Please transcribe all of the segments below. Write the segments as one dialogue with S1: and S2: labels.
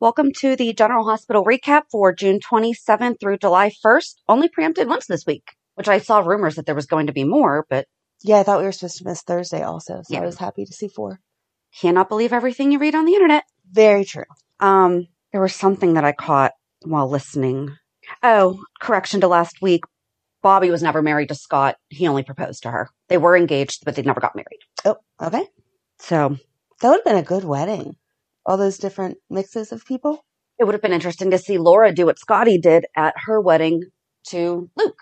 S1: Welcome to the General Hospital recap for June 27th through July 1st. Only preempted once this week, which I saw rumors that there was going to be more, but
S2: Yeah, I thought we were supposed to miss Thursday also, so
S1: Yeah.
S2: I was happy to see four.
S1: cannot believe everything you read on the internet.
S2: Very true.
S1: Um, there was something that I caught while listening. Oh, correction to last week. Bobby was never married to Scott. He only proposed to her. They were engaged, but they never got married.
S2: Oh, okay.
S1: So
S2: That would have been a good wedding. All those different mixes of people.
S1: it would have been interesting to see Laura do what Scotty did at her wedding to Luke.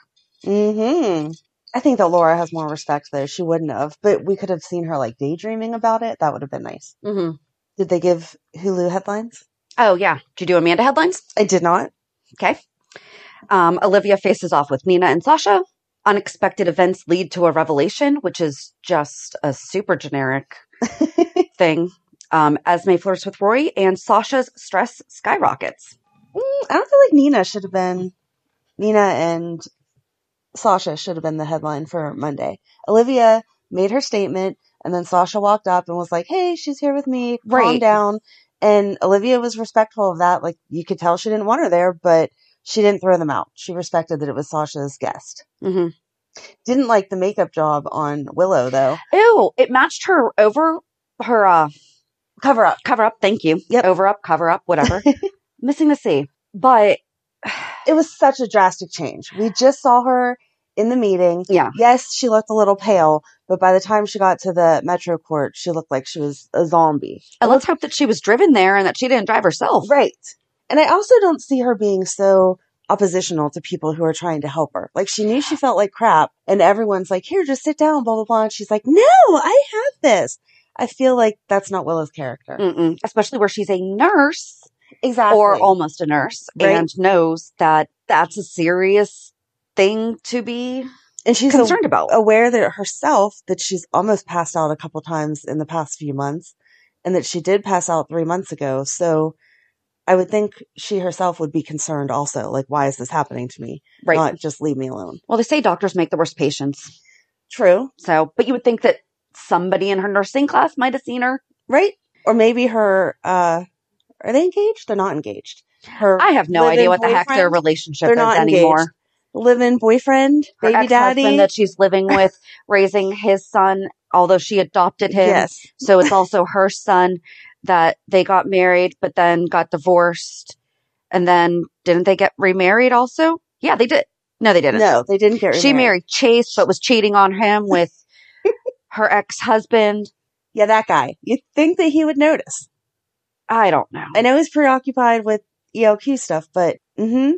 S2: Mm-hmm. I think that Laura has more respect though. She wouldn't have, but we could have seen her like daydreaming about it. That would have been nice.
S1: hmm
S2: Did they give Hulu headlines?
S1: Oh, yeah. Did you do Amanda headlines?
S2: I did not.
S1: Okay. Um, Olivia faces off with Nina and Sasha. Unexpected events lead to a revelation, which is just a super generic thing. Um, Esme flirts with Rory, and Sasha's stress skyrockets.
S2: Mm, I don't feel like Nina should have been. Nina and Sasha should have been the headline for Monday. Olivia made her statement, and then Sasha walked up and was like, "Hey, she's here with me. Calm
S1: Right.
S2: down." And Olivia was respectful of that. Like you could tell she didn't want her there, but she didn't throw them out. She respected that it was Sasha's guest.
S1: hmm
S2: Didn't like the makeup job on Willow though.
S1: Ew! It matched her over her uh,
S2: Cover up.
S1: cover up. Thank you.
S2: Yep.
S1: Over up, cover up, whatever. Missing the C, but
S2: It was such a drastic change. We just saw her in the meeting.
S1: yeah,
S2: yes, she looked a little pale, but by the time she got to the Metro Court, she looked like she was a zombie.
S1: and let's hope that she was driven there and that she didn't drive herself.
S2: Right. And I also don't see her being so oppositional to people who are trying to help her. Like she knew she felt like crap and everyone's like, here, just sit down, blah, blah, blah. And she's like, no, I have this. I feel like that's not Willow's character.
S1: Mm-mm. Especially where she's a nurse.
S2: Exactly.
S1: Mm. or almost a nurse
S2: Right.
S1: and knows that that's a serious thing to be
S2: and she's a-
S1: concerned about.
S2: aware that herself that she's almost passed out a couple times in the past few months and that she did pass out three months ago. So I would think she herself would be concerned also. Like, why is this happening to me?
S1: right.
S2: Not just leave me alone.
S1: well, they say doctors make the worst patients.
S2: True.
S1: So, but you would think that somebody in her nursing class might have seen her.
S2: Right. Or maybe her, uh, are they engaged? They're not engaged. Her
S1: I have no
S2: live-in
S1: idea what the heck their
S2: boyfriend?
S1: relationship
S2: They're
S1: is
S2: not engaged.
S1: anymore.
S2: live-in boyfriend,
S1: Her
S2: baby
S1: ex-husband
S2: daddy.
S1: that she's living with, raising his son, although she adopted him.
S2: Yes.
S1: So it's also her son that they got married, but then got divorced. And then didn't they get remarried also? Yeah, they did. No, they didn't.
S2: No, they didn't get
S1: She married Chase, but was cheating on him with her ex husband.
S2: Yeah, that guy. You'd think that he would notice.
S3: I don't know.
S2: I know he's preoccupied with ELQ stuff, but hmm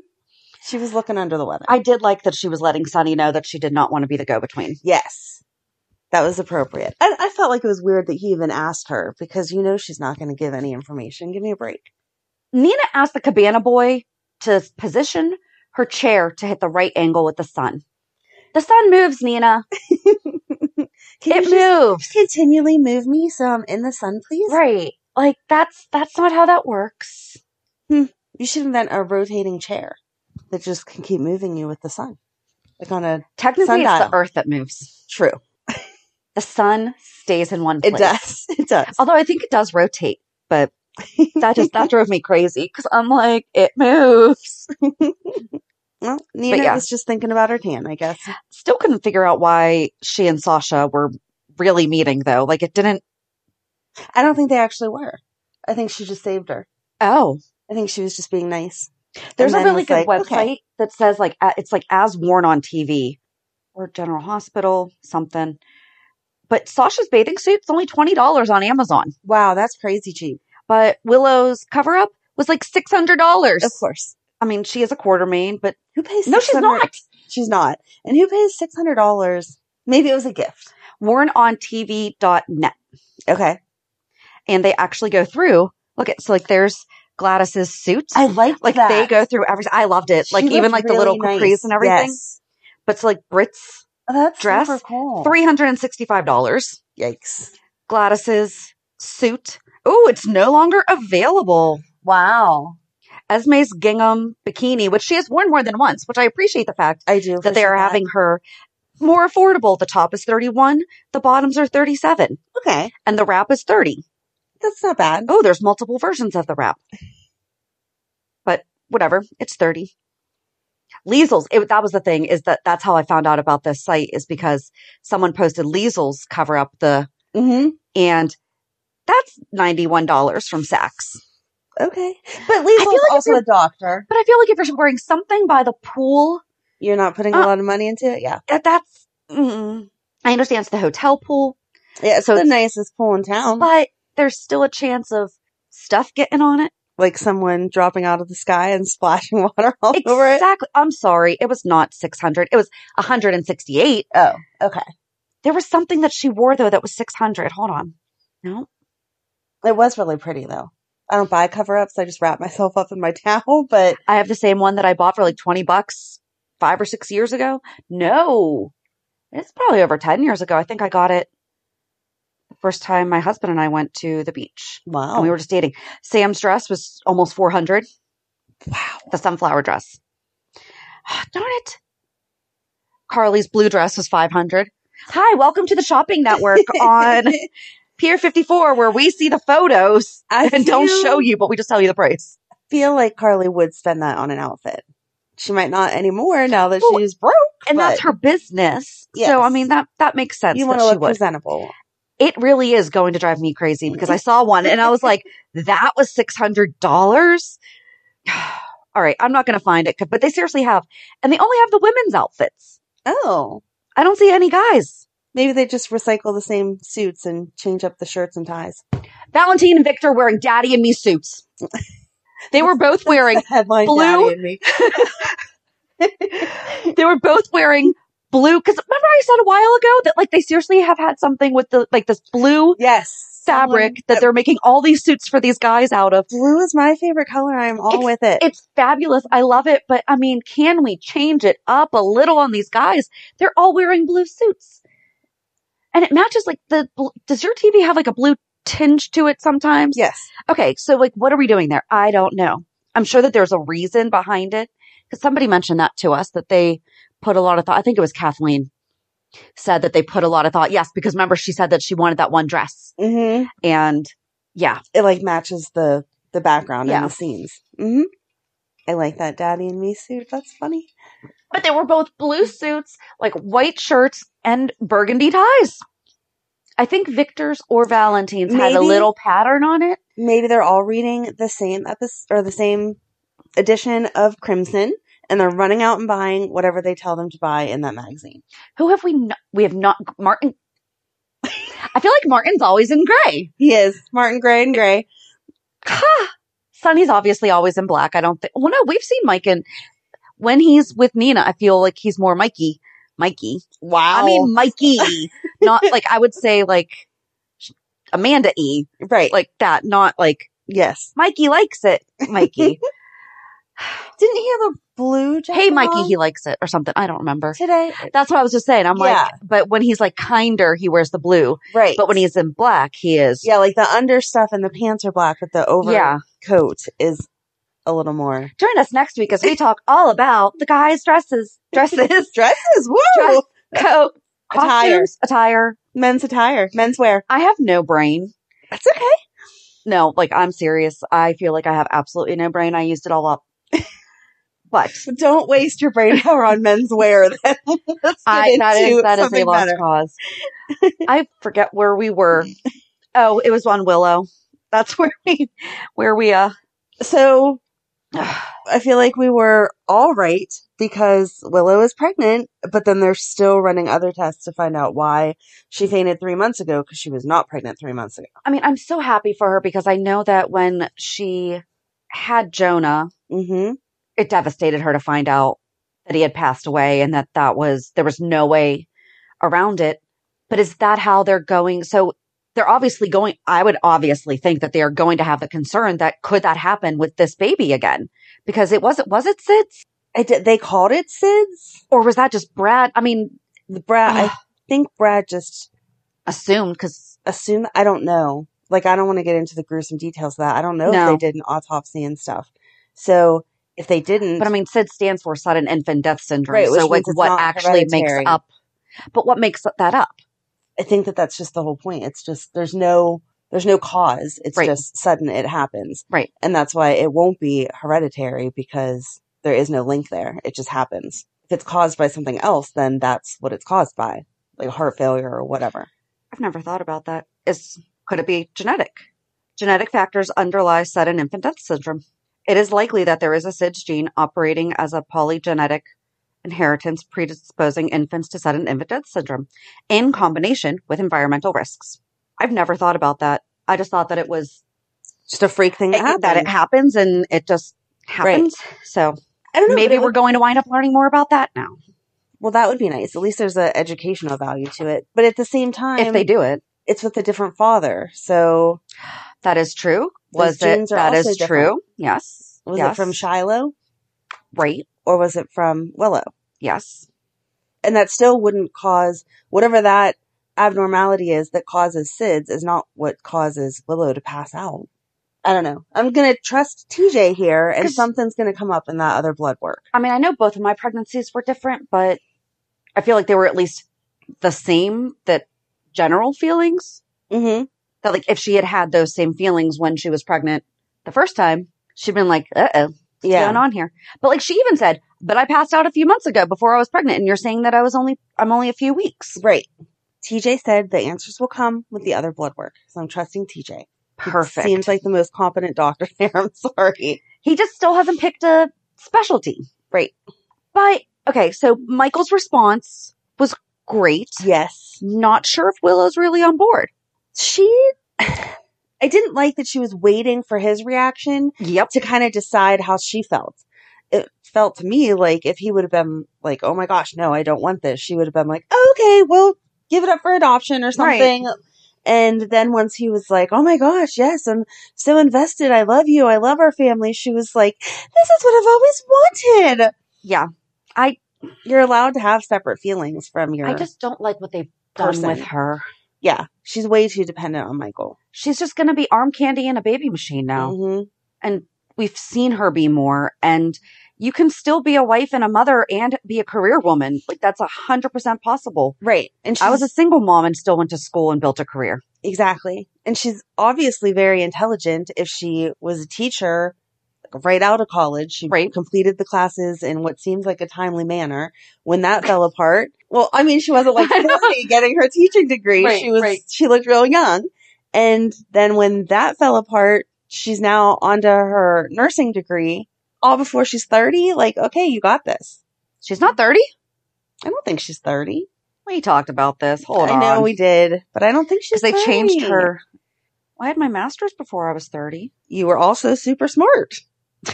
S2: she was looking under the weather.
S3: I did like that she was letting Sunny know that she did not want to be the go between.
S2: yes, that was appropriate. I, I felt like it was weird that he even asked her because you know she's not going to give any information. Give me a break.
S3: Nina asked the cabana boy to position her chair to hit the right angle with the sun. The sun moves, Nina.
S2: Can
S3: it
S2: you just,
S3: moves.
S2: just continually move me so I'm in the sun, please?
S3: Right. Like that's that's not how that works.
S2: You should invent a rotating chair that just can keep moving you with the sun, like on a
S3: Technically it's
S2: Sundial.
S3: the earth that moves.
S2: true.
S3: The sun stays in one place.
S2: It does. It does.
S3: Although I think it does rotate, but Oh, that just that drove me crazy because I'm like, it moves.
S2: Well, Nina
S3: yeah.
S2: was just thinking about her tan, I guess.
S3: Still couldn't figure out why she and
S1: Uh,
S3: Sasha were really meeting though. Like it didn't
S2: I don't think they actually were. I think she just saved her.
S3: oh.
S2: I think she was just being nice.
S3: There's
S2: And
S3: a
S2: then
S3: really
S2: was
S3: good
S2: like,
S3: website
S2: okay.
S3: that says like a- it's like as worn on TV or General Hospital something. But Sasha's bathing suit's only twenty dollars on Amazon,
S2: Wow, that's crazy cheap.
S3: but Willow's cover up was like six hundred dollars.
S2: Of course.
S3: I mean, she is a quartermain, but
S2: Who pays?
S3: no, she's
S2: 600
S3: not.
S2: She's not. And who pays six hundred dollars? Maybe it was a gift.
S3: Worn on TV.net,
S2: Okay.
S3: and they actually go through. Look at so like there's Gladys's suit.
S2: I like
S3: like
S2: that.
S3: they go through every. I loved it.
S2: She
S3: Like even
S2: looked
S3: like the
S2: really
S3: little capris
S2: nice.
S3: and everything.
S2: Yes.
S3: But it's like Brits
S2: Oh, that's
S3: Dress,
S2: super cool.
S3: three hundred and sixty five dollars.
S2: Oh. Yikes!
S3: Gladys's suit. Oh, it's no longer available.
S2: Wow.
S3: Esme's gingham bikini, which she has worn more than once, which I appreciate the fact
S2: I do
S3: that they
S2: appreciate
S3: are having her more affordable. The top is 31, the bottoms are 37,
S2: Okay,
S3: and the wrap is 30.
S2: that's not bad.
S3: Oh, there's multiple versions of the wrap. But whatever, it's 30. Liesel's, it, that was the thing, is that that's how I found out about this site is because someone posted Liesel's cover up the,
S2: Mm-hmm.
S3: and that's $91 from Saks.
S2: Okay, but Liesel's
S3: like if
S2: also
S3: you're-
S2: a doctor.
S3: But I feel like if you're wearing something by the pool,
S2: You're not putting
S3: Uh,
S2: a lot of money into it, yeah.
S3: that- that's. Mm, I understand it's the hotel pool,
S2: Yeah, it's
S3: so
S2: the
S3: it's-
S2: nicest pool in town.
S3: but there's still a chance of stuff getting on it.
S2: like someone dropping out of the sky and splashing water all over it.
S3: Exactly. I'm sorry. It was not 600. It was 168.
S2: Oh, okay.
S3: There was something that she wore though that was 600. Hold on. No.
S2: It was really pretty though. I don't buy cover ups. I just wrap myself up in my towel, but
S3: I have the same one that I bought for like 20 bucks 5 or 6 years ago. No. It's probably over 10 years ago. I think I got it the first time my husband and I went to the beach.
S2: wow.
S3: And we were just dating. Sam's dress was almost 400.
S2: wow.
S3: the sunflower dress. Darn it. Carly's blue dress was 500. Hi, welcome to the shopping network on Pier 54 where we see the photos
S2: I
S3: and don't
S2: feel-
S3: show you, but we just tell you the price.
S2: feel like Carly would spend that on an outfit. She might not anymore now that
S3: Well,
S2: she's broke.
S3: And that's
S2: but
S3: her business. So I
S2: Yes.
S3: mean that that makes sense
S2: You
S3: that
S2: want to
S3: she
S2: look
S3: would.
S2: presentable.
S3: It really is going to drive me crazy because I saw one and I was like, that was $600. All right, I'm not going to find it, but they seriously have. And they only have the women's outfits.
S2: Oh,
S3: I don't see any guys.
S2: maybe they just recycle the same suits and change up the shirts and ties.
S3: Valentine and Victor wearing daddy and me suits. They were both wearing
S2: Headline
S3: Blue?
S2: daddy and me.
S3: they were both wearing blue because remember I said a while ago that like they seriously have had something with the like this blue
S2: Yes.
S3: fabric
S2: Someone-
S3: that they're making all these suits for these guys out of.
S2: blue is my favorite color. I'm all with it.
S3: It's fabulous. I love it, but I mean, can we change it up a little on these guys? They're all wearing blue suits. And it matches like the bl- does your TV have like a blue tinge to it sometimes?
S2: yes.
S3: Okay, so like, what are we doing there? I don't know. I'm sure that there's a reason behind it because somebody mentioned that to us that they put a lot of thought. I think it was Kathleen said that they put a lot of thought. Yes, because remember she said that she wanted that one dress,
S2: hmm
S3: and yeah,
S2: It like matches the the background and
S3: Yeah.
S2: the scenes. hmm I like that daddy and me suit. That's funny.
S3: but they were both blue suits, like white shirts and burgundy ties. I think Victor's or Valentine's had a
S2: Maybe.
S3: little pattern on it.
S2: Maybe they're all reading the same episode or the same edition of Crimson, and they're running out and buying whatever they tell them to buy in that magazine.
S3: Who have we? Not, we have not Martin. I feel like Martin's always in gray.
S2: He is Martin Gray and Gray.
S1: Ha! Sonny's obviously always in black. I don't think. Well, no, we've seen Mike in when he's with Nina. I feel like he's more Mikey. Mikey.
S2: Wow.
S1: I mean, Mikey. not like I would say like Amanda E.
S2: right.
S1: Like that. Not like
S2: yes.
S1: Mikey likes it. Mikey.
S2: Didn't he have a blue jacket?
S1: hey, Mikey,
S2: on
S1: he likes it or something. I don't remember.
S2: today.
S1: That's what I was just saying. I'm
S2: Yeah.
S1: like, but when he's like kinder, he wears the blue.
S2: Right.
S1: But when he's in black, he is.
S2: yeah, like the under stuff and the pants are black, but the
S1: Yeah.
S2: overcoat is a little more
S1: Join us next week as we talk all about the guys' dresses, dresses,
S2: dresses. Woo!
S1: Dress- coat,
S2: Attire.
S1: costumes, attire.
S2: Men's attire, menswear.
S1: I have no brain.
S2: That's okay.
S1: No, like I'm serious. I feel like I have absolutely no brain. I used it all up. But
S2: But don't waste your brain power on menswear. Then let's get
S1: I, that
S2: into
S1: is that is a
S2: something
S1: lost
S2: better.
S1: cause. I forget where we were. Oh, it was on Willow. That's where we where we uh
S2: So I feel like we were all right because Willow is pregnant, but then they're still running other tests to find out why she fainted three months ago because she was not pregnant three months ago.
S1: I mean, I'm so happy for her because I know that when she had Jonah,
S2: Mm-hmm.
S1: it devastated her to find out that he had passed away and that that was there was no way around it. But is that how they're going? So they're obviously going. I would obviously think that they are going to have the concern that could that happen with this baby again because it wasn't was it SIDS
S2: I did, they called it SIDS.
S1: or was that just Brad? I mean,
S2: The Brad, I think Brad just
S1: assumed because
S2: assumed. I don't know. Like I don't want to get into the gruesome details of that. I don't know
S1: No.
S2: if they did an autopsy and stuff. So if they didn't,
S1: But I mean, SID stands for sudden infant death syndrome.
S2: Right, which
S1: so like
S2: means it's
S1: what
S2: not
S1: actually
S2: hereditary.
S1: makes up, but what makes that up?
S2: I think that that's just the whole point. It's just there's no there's no cause. It's
S1: Right.
S2: just sudden it happens.
S1: Right.
S2: And that's why it won't be hereditary because there is no link there. It just happens. If it's caused by something else, then that's what it's caused by, like heart failure or whatever.
S1: I've never thought about that. Is could it be genetic? Genetic factors underlie sudden infant death syndrome. It is likely that there is a SIDS gene operating as a polygenetic inheritance predisposing infants to sudden infant death syndrome in combination with environmental risks. I've never thought about that. I just thought that it was
S2: Just a freak thing that
S1: it-
S2: happens.
S1: that it happens and it just happens. So
S2: I don't know.
S1: maybe
S2: Maybe
S1: we're going to wind up learning more about that now
S2: well. That would be nice. At least there's an educational value to it. But at the same time,
S1: if they do it.
S2: it's with a different father. So
S1: That is true.
S2: Those
S1: Was it?
S2: genes are
S1: That
S2: also
S1: is
S2: different.
S1: true. Yes.
S2: was
S1: yes.
S2: it from Shiloh
S1: Right.
S2: or was it from Willow?
S1: Yes.
S2: and that still wouldn't cause whatever that abnormality is that causes SIDS is not what causes Willow to pass out. I don't know. I'm gonna trust TJ here, and
S1: 'Cause-
S2: something's gonna come up in that other blood work.
S1: I mean, I know both of my pregnancies were different, but I feel like they were at least the same. That general feelings.
S2: Mm-hmm.
S1: That like if she had had those same feelings when she was pregnant the first time, she'd been like, "Uh oh, what's
S2: Yeah.
S1: going on here?" But like she even said, "But I passed out a few months ago before I was pregnant," and you're saying that I was only I'm only a few weeks.
S2: right. TJ said the answers will come with the other blood work, so I'm trusting TJ. He
S1: Perfect.
S2: Seems like the most competent doctor there. I'm sorry.
S1: He just still hasn't picked a specialty.
S2: Right.
S1: But okay, so Michael's response was great.
S2: Yes.
S1: Not sure if Willow's really on board.
S2: She. I didn't like that she was waiting for his reaction
S1: Yep.
S2: to kind of decide how she felt. It felt to me like if he would have been like, "Oh my gosh, no, I don't want this," she would have been like, oh, "Okay, well, give it up for adoption or
S1: Right.
S2: something." And then once he was like, "Oh my gosh, yes, I'm so invested. I love you. I love our family." She was like, "This is what I've always wanted."
S1: Yeah.
S2: You're allowed to have separate feelings from your
S1: I just don't like what they've done
S2: Person.
S1: with her.
S2: yeah. She's way too dependent on Michael.
S1: She's just going to be arm candy in a baby machine now.
S2: hmm
S1: And we've seen her be more. And you can still be a wife and a mother and be a career woman. Like that's a hundred percent possible.
S2: Right. And she's,
S1: I was a single mom and still went to school and built a career.
S2: Exactly. And she's obviously very intelligent if she was a teacher like, right out of college. She
S1: Right.
S2: completed the classes in what seems like a timely manner. When that fell apart, well, I mean, she wasn't like
S1: I know.
S2: 40 getting her teaching degree.
S1: Right,
S2: she was,
S1: right.
S2: she looked real young. And then when that fell apart, she's now onto her nursing degree all before she's 30. Like, okay, you got this.
S1: She's not 30.
S2: I don't think she's 30.
S1: We talked about this. Hold
S2: I
S1: on.
S2: know we did, but I don't think she's
S1: because they changed
S2: 30.
S1: her. I had my master's before I was 30.
S2: You were also super smart.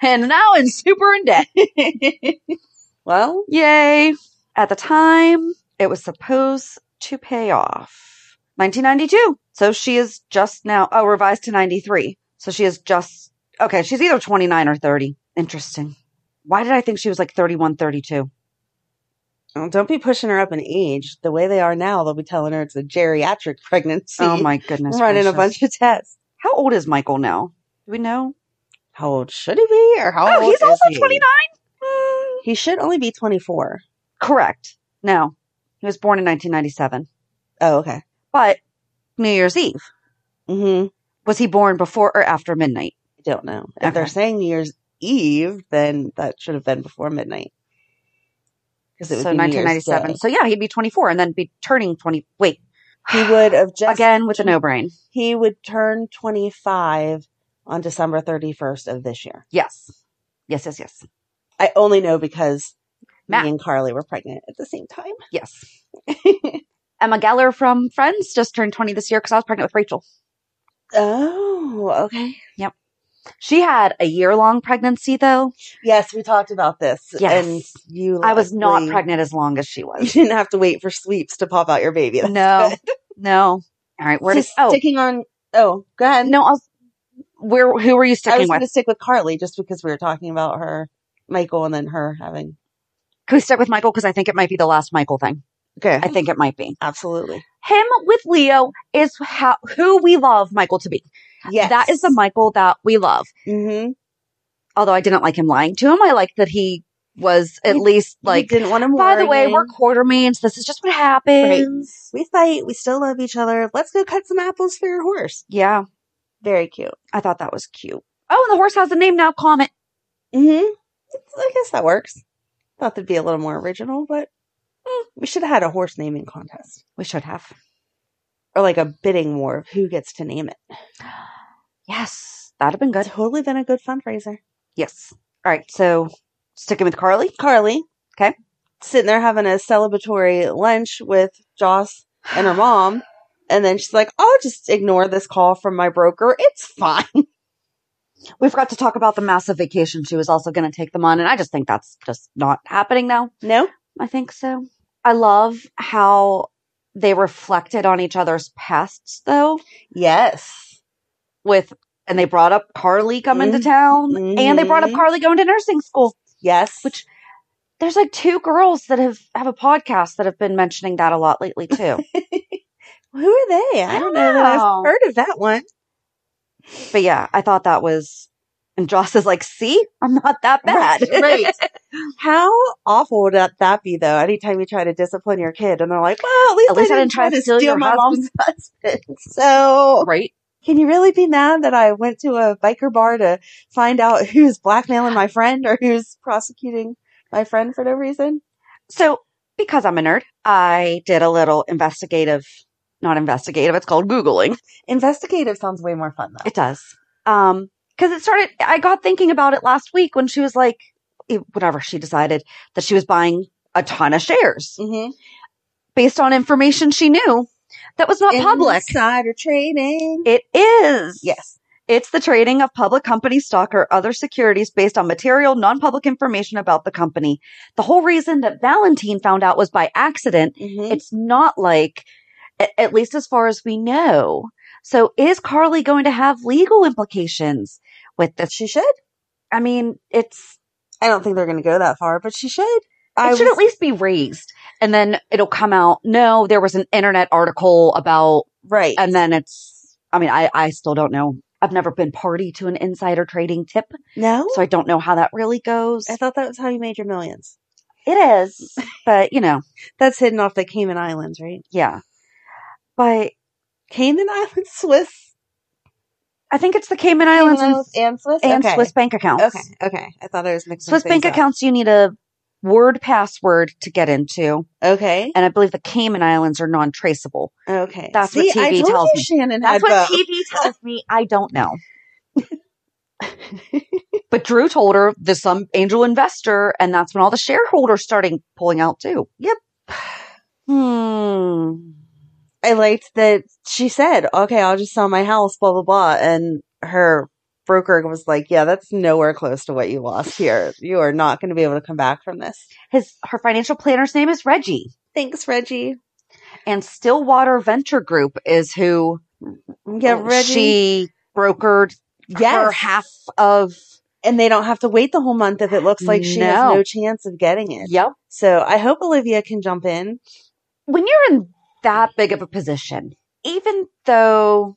S1: And now I'm super in debt.
S2: Well,
S1: Yay. At the time, it was supposed to pay off 1992. So she is just now, oh, revised to 93. So she is just, okay, she's either 29 or 30. Interesting. Why did I think she was like 31, 32?
S2: well, don't be pushing her up in age. The way they are now, they'll be telling her it's a geriatric pregnancy.
S1: Oh my goodness.
S2: Running a
S1: gracious.
S2: bunch of tests.
S1: How old is Michael now? Do we know?
S2: How old should he be? Or how
S1: Oh,
S2: old
S1: he's
S2: is
S1: also
S2: he?
S1: 29? Mm,
S2: He should only be 24.
S1: correct. No, he was born in 1997.
S2: Oh, okay.
S1: But New Year's Eve,
S2: Mm-hmm.
S1: was he born before or after midnight?
S2: I don't know. If they're
S1: Okay.
S2: saying New Year's Eve, then that should have been before midnight. Because it would
S1: so
S2: be
S1: 1997.
S2: 1997.
S1: So yeah, he'd be 24 and then be turning 20. Wait,
S2: He would have just
S1: again with a no brain.
S2: He would turn 25 on December 31st of this year.
S1: Yes, yes, yes, yes,
S2: I only know because
S1: Matt.
S2: me and Carly were pregnant at the same time.
S1: yes. Emma Geller from Friends just turned 20 this year because I was pregnant with Rachel.
S2: oh, okay.
S1: She had a year long pregnancy though.
S2: Yes, we talked about this.
S1: Yes.
S2: And you
S1: I was not
S2: luckily-
S1: pregnant as long as she
S2: You
S1: was.
S2: didn't have to wait for sweeps to pop out your baby. That's
S1: No,
S2: good.
S1: no. All right, where
S2: So
S1: does oh
S2: sticking on oh, go ahead.
S1: no? I was, where who were you
S2: I was
S1: sticking with?
S2: gonna stick with Carly just because we were talking about her Michael and then her having
S1: Can we stick with Michael because I think it might be the last Michael thing.
S2: Okay.
S1: I think it might be
S2: Absolutely.
S1: him with Leo is how who we love Michael to be.
S2: Yes.
S1: That is the Michael that we love.
S2: mm-hmm.
S1: Although I didn't like him lying to him, I liked that he was at
S2: You-
S1: least
S2: like
S1: like,
S2: didn't want him
S1: by the way,
S2: worrying.
S1: we're quartermains. This is just what happens.
S2: we fight, we still love each other. Let's go cut some apples for your horse.
S1: Yeah,
S2: Very cute.
S1: I thought that was cute. Oh, and the horse has a name now, Comet.
S2: Mm-hmm. I guess that works. Thought that'd be a little more original, but mm, we should have had a horse naming contest
S1: We should have.
S2: or like a bidding war of who gets to name it.
S1: Yes, that'd have been good.
S2: Totally been a good fundraiser.
S1: Yes. All right, so sticking with Carly.
S2: Carly,
S1: Okay.
S2: sitting there having a celebratory lunch with Joss and her mom, and then she's like, "I'll just ignore this call from my broker. It's fine."
S1: We forgot to talk about the massive vacation she was also going to take them on, and I just think that's just not happening now.
S2: No,
S1: I think so. I love how they reflected on each other's pasts, though,
S2: yes,
S1: with, and they brought up Carly coming
S2: Mhm.
S1: to town and they brought up
S2: Mhm.
S1: Carly going to nursing school.
S2: yes.
S1: Which- There's like two girls that have, have a podcast that have been mentioning that a lot lately, too.
S2: who are they? I,
S1: I
S2: don't
S1: don't
S2: know. that
S1: know.
S2: I've heard of that one.
S1: but yeah, I thought that was, and Joss is like, see, I'm not that bad.
S2: Right, How awful would that, that be, though? Anytime you try to discipline your kid, and they're like, "Well, at least,
S1: At least
S2: I didn't try to steal,
S1: your
S2: my mom's husband." So,
S1: right?
S2: can you really be mad that I went to a biker bar to find out who's blackmailing my friend or who's prosecuting my friend for no reason?
S1: So, because I'm a nerd, I did a little investigative, not investigative, it's called Googling.
S2: Investigative sounds way more fun, though.
S1: It does. Um, cause it started, I got thinking about it last week when she was like, it- whatever, she decided that she was buying a ton of shares
S2: Mm-hmm.
S1: based on information she knew that was not public.
S2: Insider trading.
S1: It is.
S2: yes.
S1: It's the trading of public company stock or other securities based on material, non-public information about the company. The whole reason that Valentine found out was by accident.
S2: Mm-hmm.
S1: It's not like, a- at least as far as we know. So is Carly going to have legal implications with this?
S2: She should.
S1: I mean, it's
S2: I don't think they're going to go that far, but she should.
S1: it
S2: I
S1: should
S2: was-
S1: at least be raised, and then it'll come out. No, there was an internet article about,
S2: right.
S1: and then it's. I mean, I I still don't know. I've never been party to an insider trading tip,
S2: no,
S1: so I don't know how that really goes.
S2: I thought that was how you made your millions.
S1: It is, but you know,
S2: That's hidden off the Cayman Islands, right?
S1: yeah. But
S2: Cayman Islands, Swiss
S1: I think it's the Cayman
S2: Cayman
S1: Islands and,
S2: Islands and Swiss
S1: and
S2: okay.
S1: Swiss bank accounts.
S2: Okay, okay. I thought I was mixing
S1: Swiss
S2: things
S1: bank
S2: up.
S1: accounts you need a word password to get into,
S2: Okay,
S1: and I believe the Cayman Islands are non-traceable.
S2: okay.
S1: That's
S2: See,
S1: what TV
S2: I told
S1: tells
S2: you
S1: me.
S2: Shannon
S1: That's
S2: had
S1: what
S2: both.
S1: TV tells me. I don't know. but Drew told her there's some angel investor, and that's when all the shareholders starting pulling out too.
S2: Yep.
S1: Hmm.
S2: I liked that she said, okay, I'll just sell my house, blah, blah, blah. And her broker was like, yeah, that's nowhere close to what you lost here. You are not going to be able to come back from this.
S3: His her financial planner's name is Reggie,
S2: Thanks, Reggie.
S3: and Stillwater Venture Group is who
S2: Yeah, Reggie.
S3: she brokered her
S2: Yes.
S3: half of.
S2: and they don't have to wait the whole month if it looks like she
S3: No.
S2: has no chance of getting it.
S3: Yep.
S2: So I hope Olivia can jump in.
S3: when you're in that big of a position, even though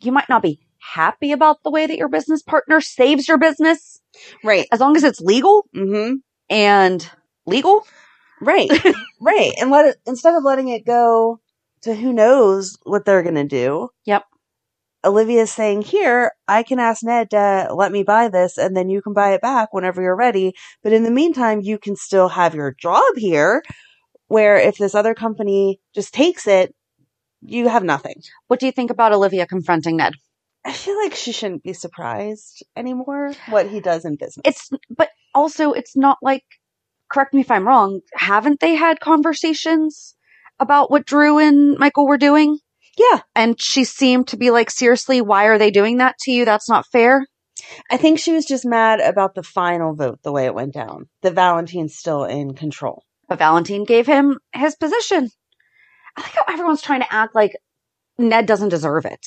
S3: you might not be happy about the way that your business partner saves your business,
S2: Right.
S3: as long as it's legal
S2: Mm-hmm.
S3: and legal,
S2: Right. right. And let it instead of letting it go to who knows what they're gonna do.
S3: Yep.
S2: Olivia's saying, Here, I can ask Ned to let me buy this and then you can buy it back whenever you're ready. But in the meantime, you can still have your job here where if this other company just takes it, you have nothing.
S3: what do you think about Olivia confronting Ned?
S2: I feel like she shouldn't be surprised anymore what he does in business.
S3: It's, but also it's not like, correct me if I'm wrong, haven't they had conversations about what Drew and Michael were doing?
S2: Yeah.
S3: And she seemed to be like, seriously, why are they doing that to you? That's not fair.
S2: I think she was just mad about the final vote, the way it went down. That Valentine's still in control.
S3: But Valentine gave him his position. I like how everyone's trying to act like Ned doesn't deserve it.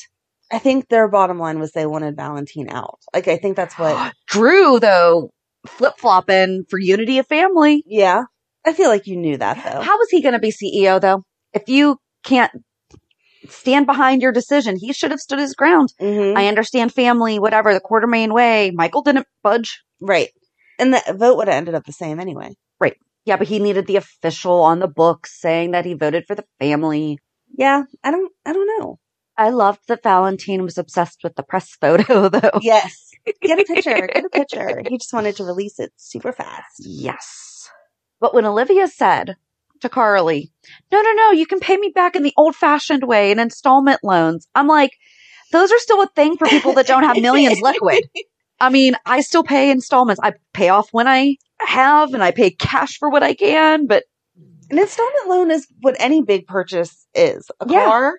S2: I think their bottom line was they wanted Valentine out. Like, I think that's what,
S3: Drew, though, flip flopping for unity of family.
S2: yeah. I feel like you knew that though.
S3: How is he going to be CEO, though? If you can't stand behind your decision, he should have stood his ground.
S2: Mhm.
S3: I understand family, whatever, the Quartermain way. Michael didn't budge.
S2: right. And the vote would have ended up the same anyway.
S3: Yeah, but he needed the official on the book saying that he voted for the family.
S2: Yeah. I don't, I don't know.
S3: I loved that Valentine was obsessed with the press photo, though.
S2: Yes. Get a picture. Get a picture. He just wanted to release it super fast.
S3: Yes. But when Olivia said to Carly, no, no, no, you can pay me back in the old fashioned way in installment loans, I'm like, those are still a thing for people that don't have millions liquid. I mean, I still pay installments. I pay off when I have and I pay cash for what I can, but
S2: An installment loan is what any big purchase is a
S3: Yeah. Mm-hmm.
S2: car,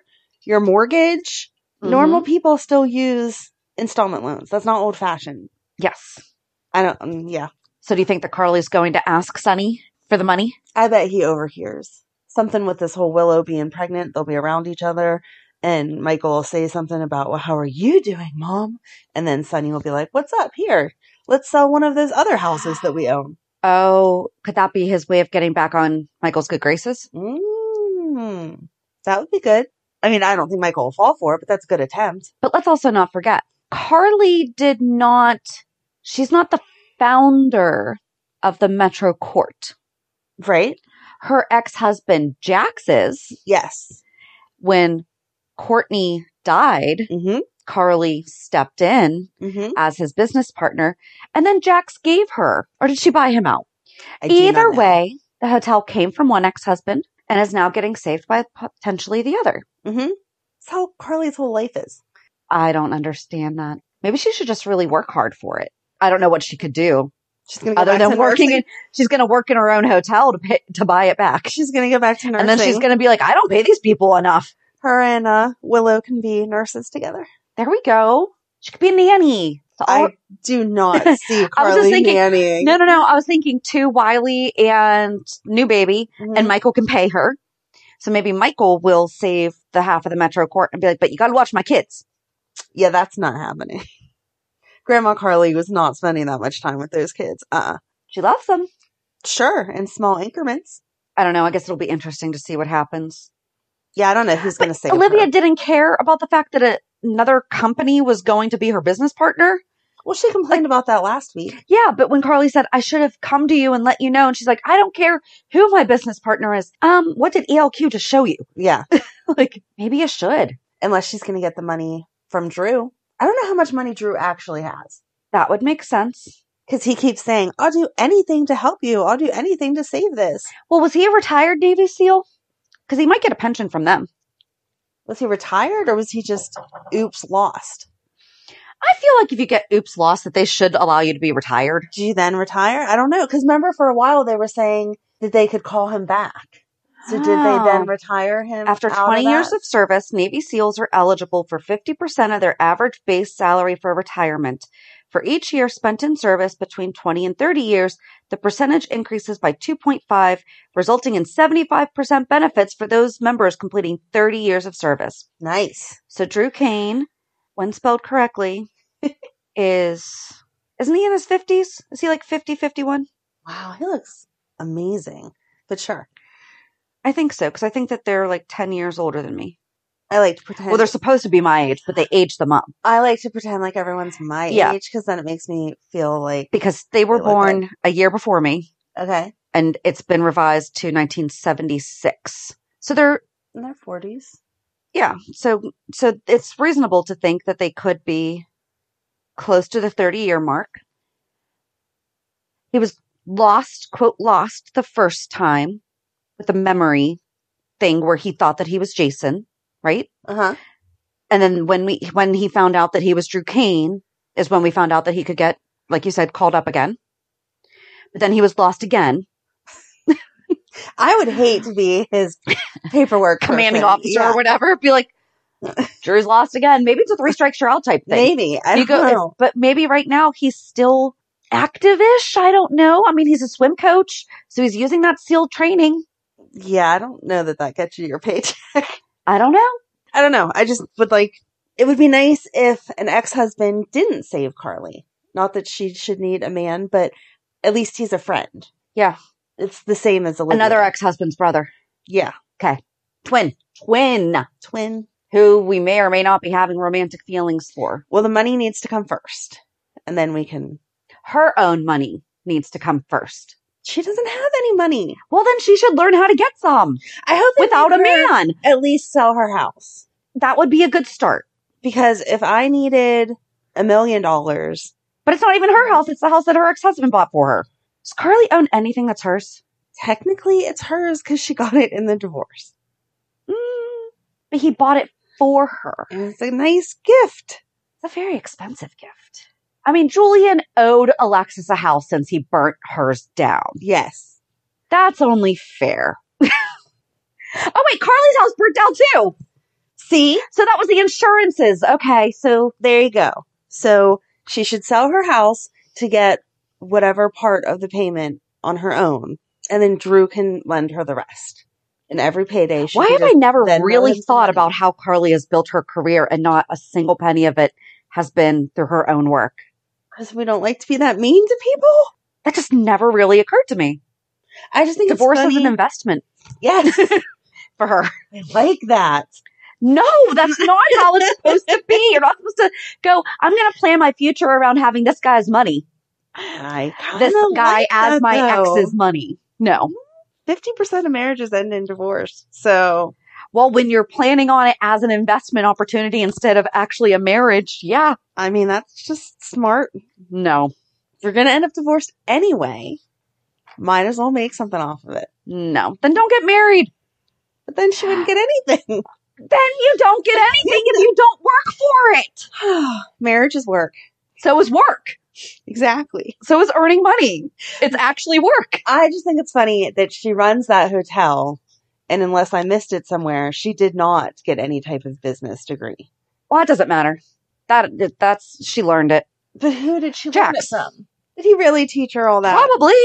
S2: your mortgage.
S3: normal.
S2: Normal people still use installment loans. That's not old fashioned.
S3: Yes.
S2: I don't, um, yeah.
S3: So do you think that Carly's going to ask Sonny for the money?
S2: I bet he overhears something with this whole Willow being pregnant. They'll be around each other. And Michael will say something about, well, how are you doing, mom? And then Sonny will be like, what's up? Here, let's sell one of those other houses that we own.
S3: Oh, could that be his way of getting back on Michael's good graces?
S2: Mm, that would be good. I mean, I don't think Michael will fall for it, but that's a good attempt.
S3: But let's also not forget, Carly did not, she's not the founder of the Metro Court.
S2: Right?
S3: Her ex husband, Jax, is
S2: Yes.
S3: when Courtney died,
S2: Mm
S3: Carly stepped in
S2: hmm. Mm hmm.
S3: as his business partner, and then Jax gave her, or did she buy him out?
S2: I do not
S3: Either
S2: know.
S3: way, the hotel came from one ex husband and is now getting saved by potentially the other.
S2: That's how Carly's whole life is.
S3: I don't understand that. Maybe she should just really work hard for it. I don't know what she could do.
S2: She's going to go
S3: other
S2: back
S3: than
S2: to
S3: working
S2: nursing.
S3: in she's going to work in her own hotel to pay, to buy it back
S2: She's going to go back to nursing.
S3: and then she's going to be like i don't pay these people enough
S2: her and uh, Willow can be nurses together.
S3: there we go she could be a nanny to all-
S2: I do not see
S3: I was
S2: Carly
S3: just thinking-
S2: nannying.
S3: no no no i was thinking too wiley and new baby
S2: Mhm.
S3: and michael can pay her so maybe michael will save the half of the metro court and be like but you got to watch my kids
S2: yeah, that's not happening. Grandma Carly was not spending that much time with those kids. Uh,
S3: she loves them
S2: sure, in small increments.
S3: i don't know i guess it'll be interesting to see what happens
S2: Yeah, I don't know who's going to
S3: But
S2: save
S3: olivia
S2: her.
S3: didn't care about the fact that a, another company was going to be her business partner
S2: Well, she complained about that last week.
S3: Yeah, but when Carly said, I should have come to you and let you know, and she's like, I don't care who my business partner is. Um, what did ELQ just show you?
S2: Yeah,
S3: like, maybe you should.
S2: unless she's going to get the money from Drew. I don't know how much money Drew actually has
S3: That would make sense.
S2: because he keeps saying, "I'll do anything to help you. I'll do anything to save this."
S3: Well, was he a retired Navy SEAL? Because he might get a pension from them.
S2: Was he retired or was he just oops lost?
S3: I feel like if you get oops lost, that they should allow you to be retired.
S2: Do you then retire? I don't know because remember for a while they were saying that they could call him back. So did they
S1: Wow.
S2: then retire him
S1: After
S2: out of
S1: 20 years
S2: that?
S1: of service, Navy SEALs are eligible for 50% of their average base salary for retirement. For each year spent in service between 20 and 30 years, the percentage increases by 2.5, resulting in 75% benefits for those members completing 30 years of service.
S2: nice.
S1: So Drew Kane, when spelled correctly, is isn't he in his 50s? Is he like 50 51?
S2: Wow, he looks amazing. But sure,
S1: I think so because I think that they're like 10 years older than me.
S2: I like to pretend.
S1: Well, they're supposed to be my age, but they aged them up.
S2: I like to pretend like everyone's my
S1: Yeah.
S2: age because then it makes me feel like
S1: because they were
S2: They look like-
S1: born a year before me
S2: okay,
S1: and it's been revised to 1976 so they're
S2: in their forties.
S1: yeah so so it's reasonable to think that they could be close to the 30 year mark he was lost quote lost the first time with a memory thing where he thought that he was jason right
S2: Uh huh.
S1: and then when we when he found out that he was Drew Kane is when we found out that he could get like you said called up again. But then he was lost again.
S2: I would hate to be his paperwork
S1: Commanding
S2: person.
S1: officer
S2: Yeah,
S1: or whatever be like Drew's lost again. Maybe it's a three strikes you're out type thing.
S2: Maybe I
S1: you
S2: don't
S1: go
S2: know.
S1: but maybe right now he's still active-ish. I don't know. I mean, he's a swim coach, so he's using that SEAL training.
S2: Yeah, I don't know that that gets you your paycheck.
S1: I don't know.
S2: I don't know. I just would like. It would be nice if an ex-husband didn't save Carly. Not that she should need a man, but at least he's a friend.
S1: Yeah.
S2: it's the same as Olivia.
S1: Another ex-husband's brother.
S2: Yeah,
S1: Twin. Twin.
S2: twin.
S1: Who we may or may not be having romantic feelings for.
S2: Well, the money needs to come first, and then we can.
S1: her own money needs to come first.
S2: She doesn't have any money.
S1: Well, then she should learn how to get some
S2: I hope they
S1: without a
S2: make her
S1: man.
S2: At least sell her house.
S1: That would be a good start.
S2: because if I needed a million dollars,
S1: But it's not even her house, it's the house that her ex husband bought for her. Does Carly own anything that's hers?
S2: technically it's hers because she got it in the divorce.
S1: Mm, but he bought it for her.
S2: And it's a nice gift.
S1: It's a very expensive gift. I mean, Julian owed Alexis a house since he burnt hers down.
S2: Yes.
S1: That's only fair. oh, wait, Carly's house burnt down too.
S2: See,
S1: So that was the insurances. Okay, so
S2: there you go. So she should sell her house to get whatever part of the payment on her own, and then Drew can lend her the rest. And every payday, she
S1: Why
S2: can
S1: have I
S2: just
S1: never
S2: Venmo
S1: really
S2: him some
S1: thought
S2: money.
S1: about how Carly has built her career and not a single penny of it has been through her own work?
S2: Because we don't like to be that mean to people.
S1: That just never really occurred to me.
S2: I just think
S1: Divorce
S2: it's
S1: is
S2: funny.
S1: an investment
S2: yes,
S1: for her.
S2: I like that.
S1: No, that's not how it's supposed to be. You're not supposed to go, I'm going to plan my future around having this guy's money,
S2: I
S1: this
S2: kinda
S1: guy
S2: like
S1: as
S2: that,
S1: my
S2: though.
S1: ex's money. No.
S2: fifty percent of marriages end in divorce. So
S1: Well, when you're planning on it as an investment opportunity instead of actually a marriage, yeah,
S2: I mean that's just smart.
S1: no,
S2: You're gonna end up divorced anyway. Might as well make something off of it.
S1: no. Then don't get married.
S2: But then she wouldn't get anything.
S1: Then you don't get anything if you don't work for it.
S2: Marriage is work.
S1: So is work.
S2: Exactly.
S1: So is earning money. It's actually work.
S2: I just think it's funny that she runs that hotel and unless I missed it somewhere, she did not get any type of business degree.
S1: Well, that doesn't matter. That that's she learned it.
S2: But who did she learn it
S1: Jax.
S2: from? Did he really teach her all that?
S1: Probably.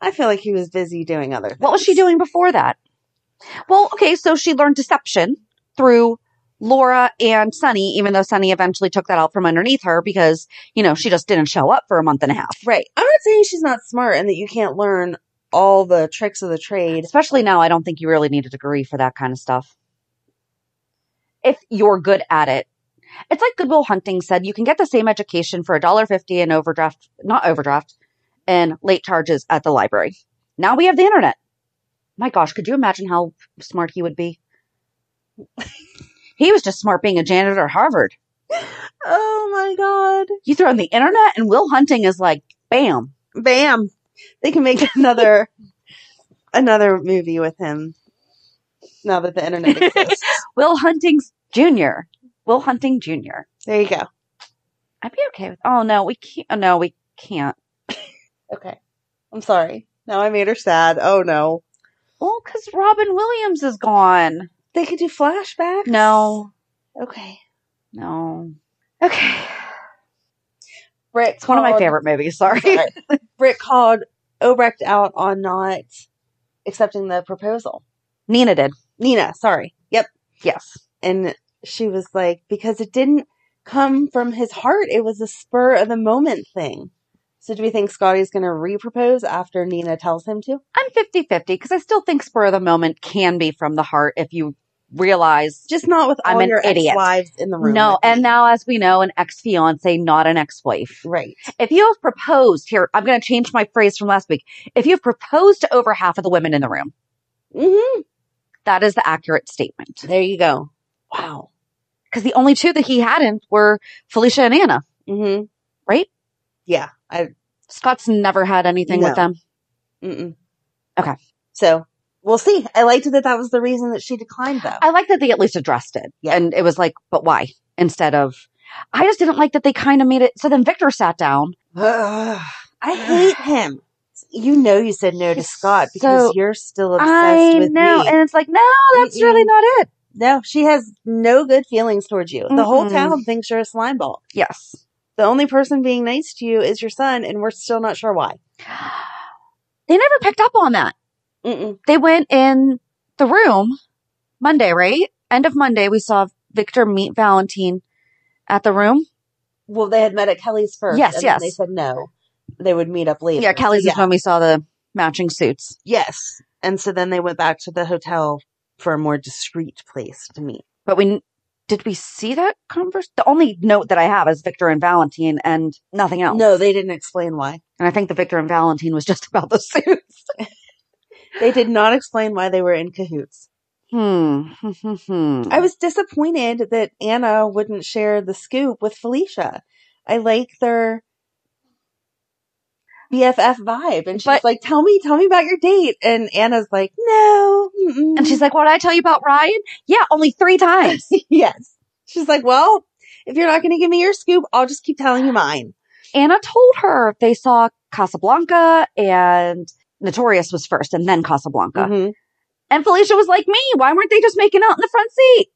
S2: I feel like he was busy doing other things.
S1: What was she doing before that? Well, okay, so she learned deception through Laura and Sunny, even though Sunny eventually took that out from underneath her because, you know, she just didn't show up for a month and a half.
S2: Right. I'm not saying she's not smart and that you can't learn all the tricks of the trade.
S1: Especially now, I don't think you really need a degree for that kind of stuff. If you're good at it. It's like Goodwill Hunting said, you can get the same education for $1.50 in overdraft, not overdraft, and late charges at the library. Now we have the internet. My gosh, could you imagine how smart he would be? he was just smart being a janitor at Harvard.
S2: Oh my god.
S1: You throw in the internet and Will Hunting is like, bam.
S2: Bam. They can make another another movie with him now that the internet exists.
S1: Will Hunting's Jr. Will Hunting Jr.
S2: there you go.
S1: I'd be okay with, oh no, we can't, oh no, we can't.
S2: Okay. I'm sorry. Now I made her sad. Oh no.
S3: Well, because Robin Williams is gone.
S2: They could do flashbacks.
S3: No,
S2: Okay.
S3: no. Okay.
S2: Britt
S3: It's one of my
S2: called-
S3: favorite movies. Sorry.
S2: Sorry. Britt called Obrecht out on not accepting the proposal.
S3: Nina did.
S2: Nina, sorry. Yep.
S3: Yes.
S2: And she was like, because it didn't come from his heart. It was a spur of the moment thing. So do we think Scotty's going to repropose after Nina tells him to?
S3: I'm 50 50 because I still think spur of the moment can be from the heart if you realize.
S2: Just not with all
S3: I'm an
S2: your
S3: idiot.
S2: ex-wives in the room.
S3: No,
S2: with
S3: and
S2: me.
S3: now, as we know, an ex fiance, not an ex wife.
S2: right.
S3: If you have proposed, here, I'm going to change my phrase from last week. If you've proposed to over half of the women in the room,
S2: hmm
S3: that is the accurate statement.
S2: There you go. Wow.
S3: Because the only two that he hadn't were Felicia and Anna.
S2: hmm
S3: Right?
S2: Yeah. I.
S3: Scott's never had anything
S2: No.
S3: with them.
S2: Mm-mm.
S3: Okay.
S2: So we'll see. I liked that that was the reason that she declined, though.
S3: I like that they at least addressed it.
S2: Yeah.
S3: And it was like, but why? Instead of, I just didn't like that they kind of made it. So then Victor sat down.
S2: Ugh, I hate him. You know, you said no to
S3: He's
S2: Scott because
S3: so-
S2: you're still obsessed
S3: I
S2: with
S3: know.
S2: me.
S3: And it's like, no, that's really
S2: Mm-mm.
S3: not it.
S2: no, she has no good feelings towards you. The whole
S3: Mm-mm.
S2: town thinks you're a slimeball.
S3: Yes.
S2: The only person being nice to you is your son, and we're still not sure why.
S3: They never picked up on that.
S2: Mm-mm.
S3: They went in the room Monday, right? End of Monday, we saw Victor meet Valentine at the room.
S2: Well, they had met at Kelly's first.
S3: Yes,
S2: and then
S3: yes.
S2: They said no. They would meet up later.
S3: Yeah, Kelly's
S2: yeah.
S3: is when we saw the matching suits.
S2: Yes. And so then they went back to the hotel for a more discreet place to meet.
S3: But we did we see that converse? The only note that I have is Victor and Valentine and nothing else.
S2: No, they didn't explain why.
S3: And I think the Victor and Valentine was just about the suits.
S2: They did not explain why they were in cahoots.
S3: Hmm. Hmm, hmm, hmm.
S2: I was disappointed that Anna wouldn't share the scoop with Felicia. I like their BFF vibe, and she's
S3: But-
S2: like, "Tell me, tell me about your date." And Anna's like, "No," mm-mm."
S3: and she's like, "What did I tell you about Ryan? Yeah, only three times."
S2: "Yes." She's like, "Well, if you're not going to give me your scoop, I'll just keep telling you mine."
S3: Anna told her they saw Casablanca and Notorious was first, and then Casablanca.
S2: Mhm.
S3: And Felicia was like, "Me? Why weren't they just making out in the front seat?"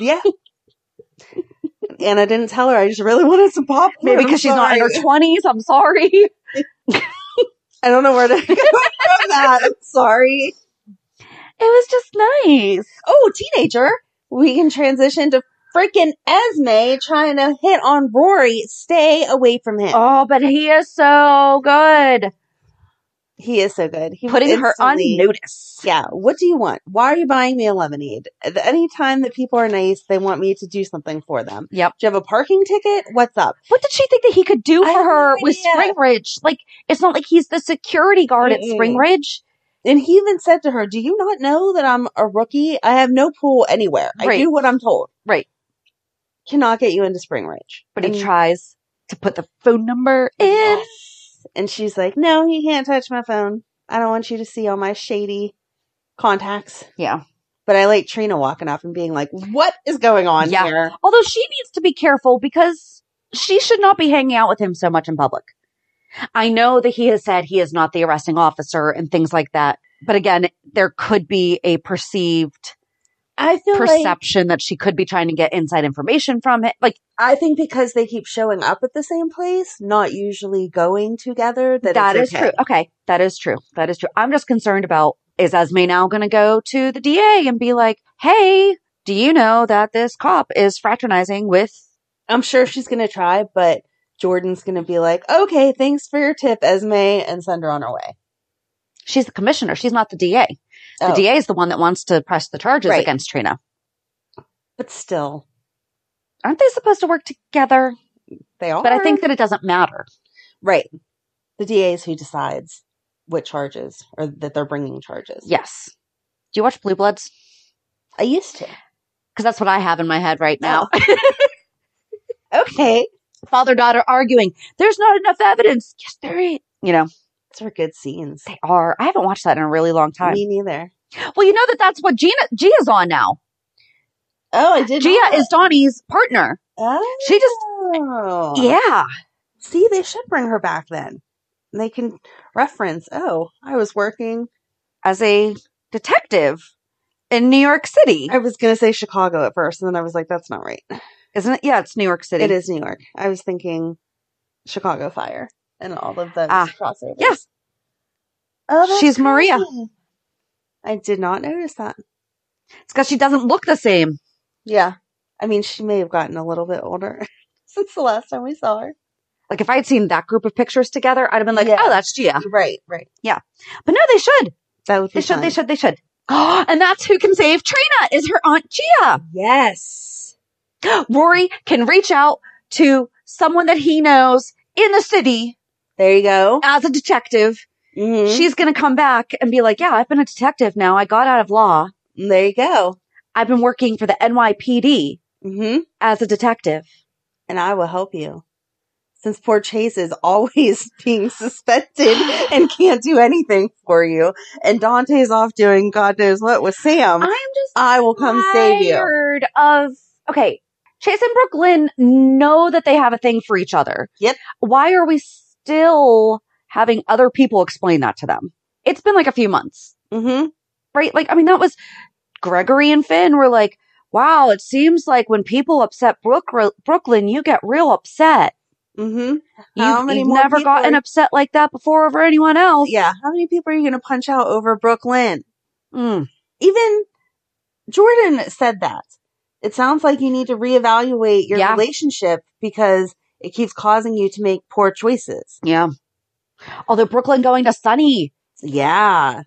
S2: Yeah. Anna didn't tell her. I just really wanted some popcorn.
S3: Maybe
S2: I'm
S3: because she's not in her
S2: sorry.
S3: twenties. I'm sorry.
S2: I don't know where to go from that. I'm sorry.
S3: It was just nice.
S2: oh, teenager, we can transition to freaking Esme trying to hit on Rory. Stay away from him.
S3: Oh, but he is so good.
S2: He is so good. He
S3: Putting her on
S2: instantly-
S3: notice.
S2: Yeah. What do you want? Why are you buying me a lemonade? At Any time that people are nice, they want me to do something for them.
S3: Yep.
S2: Do you have a parking ticket? What's up?
S3: What did she think that he could do
S2: I
S3: for
S2: have
S3: her
S2: no
S3: with
S2: idea.
S3: Spring Ridge? Like, it's not like he's the security guard at
S2: Mm-mm.
S3: Spring Ridge.
S2: And he even said to her, "Do you not know that I'm a rookie? I have no pool anywhere. I
S3: Right.
S2: do what I'm told.
S3: Right.
S2: Cannot get you into Spring Ridge."
S3: But he
S2: And-
S3: tries to put the phone number in.
S2: Yes. And she's like, No, he can't touch my phone. I don't want you to see all my shady contacts.
S3: Yeah.
S2: But I like Trina walking up and being like, What is going on
S3: Yeah.
S2: here?
S3: Although she needs to be careful because she should not be hanging out with him so much in public. I know that he has said he is not the arresting officer and things like that. But again, there could be a perceived
S2: I feel like
S3: perception that she could be trying to get inside information from him. Like
S2: I think because they keep showing up at the same place, not usually going together, that,
S3: that
S2: it's
S3: is true. Okay, that is true. That is true. I'm just concerned about is Esme now going to go to the DA and be like, "Hey, do you know that this cop is fraternizing with?"
S2: I'm sure she's gonna try, but Jordan's gonna be like, Okay, thanks for your tip, Esme, and send her on her way.
S3: She's the commissioner. She's not the DA. The
S2: Oh,
S3: DA is the one that wants to press the charges
S2: Right.
S3: against Trina.
S2: Oh, But still,
S3: Aren't they supposed to work together?
S2: they are
S3: But I think that it doesn't matter.
S2: Right. The DA is who decides what charges or that they're bringing charges.
S3: Yes. Do you watch Blue Bloods?
S2: I used to. Oh,
S3: Because that's what I have in my head right now.
S2: Okay.
S3: Father daughter arguing. There's not enough evidence. Yes, there is. You know.
S2: Those were good scenes.
S3: They are. I haven't watched that in a really long time.
S2: Me neither.
S3: Well, you know that that's what Gina Gia's on now.
S2: Oh, I did.
S3: Gia
S2: not.
S3: is Donnie's partner.
S2: Oh.
S3: she just- Yeah,
S2: See, they should bring her back then. They can reference. Oh, I was working
S3: as a detective in New York City.
S2: I was gonna say Chicago at first, and then I was like, that's not right.
S3: Isn't it? Yeah, it's New York City.
S2: It is New York. I was thinking Chicago Fire and all of those
S3: Ah,
S2: crossovers.
S3: yeah.
S2: Oh, that's
S3: She's Maria.
S2: crazy. I did not notice that.
S3: It's because she doesn't look the same.
S2: Yeah. I mean, she may have gotten a little bit older since the last time we saw her.
S3: Like if I had seen that group of pictures together, I'd have been like,
S2: Yeah.
S3: oh, that's Gia.
S2: Right, right.
S3: But no, they should.
S2: That would
S3: They
S2: be
S3: should. They
S2: fun.
S3: should. They should. Oh, and that's who can save Trina is her aunt Gia.
S2: Yes.
S3: Rory can reach out to someone that he knows in the city
S2: There you go.
S3: as a detective.
S2: Mhm.
S3: She's going to come back and be like, yeah, I've been a detective now. I got out of law.
S2: there you go.
S3: I've been working for the NYPD
S2: hmm
S3: as a detective.
S2: And I will help you. Since poor Chase is always being suspected and can't do anything for you, and Dante's off doing God knows what with Sam,
S3: I'm just
S2: I will come save you.
S3: tired of, okay. Chase and Brooklyn know that they have a thing for each other.
S2: Yep.
S3: Why are we still having other people explain that to them? It's been like a few months.
S2: hmm
S3: right? Like, I mean, that was Gregory and Finn were like, wow, it seems like when people upset Brook- Brooklyn, you get real upset.
S2: hmm How
S3: You've,
S2: many
S3: you've
S2: more
S3: never
S2: people
S3: gotten
S2: are-
S3: upset like that before over anyone else.
S2: Yeah. How many people are you going to punch out over Brooklyn?
S3: Mm.
S2: even Jordan said that. It sounds like you need to reevaluate your
S3: Yeah.
S2: relationship because it keeps causing you to make poor choices.
S3: Yeah. Although Brooklyn going to Sunny
S2: Yeah.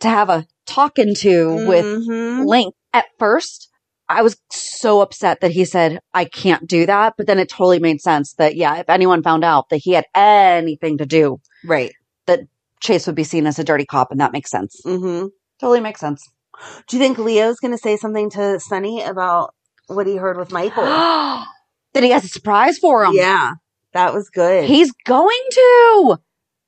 S3: to have a talking to with
S2: Mhm.
S3: Link at first. I was so upset that he said, I can't do that. But then it totally made sense that, yeah, if anyone found out that he had anything to do,
S2: Right.
S3: Chase would be seen as a dirty cop. And that makes sense.
S2: hmm
S3: Totally makes sense.
S2: Do you think Leo's going to say something to Sunny about what he heard with Michael?
S3: that he has a surprise for him.
S2: yeah. That was good.
S3: He's going to.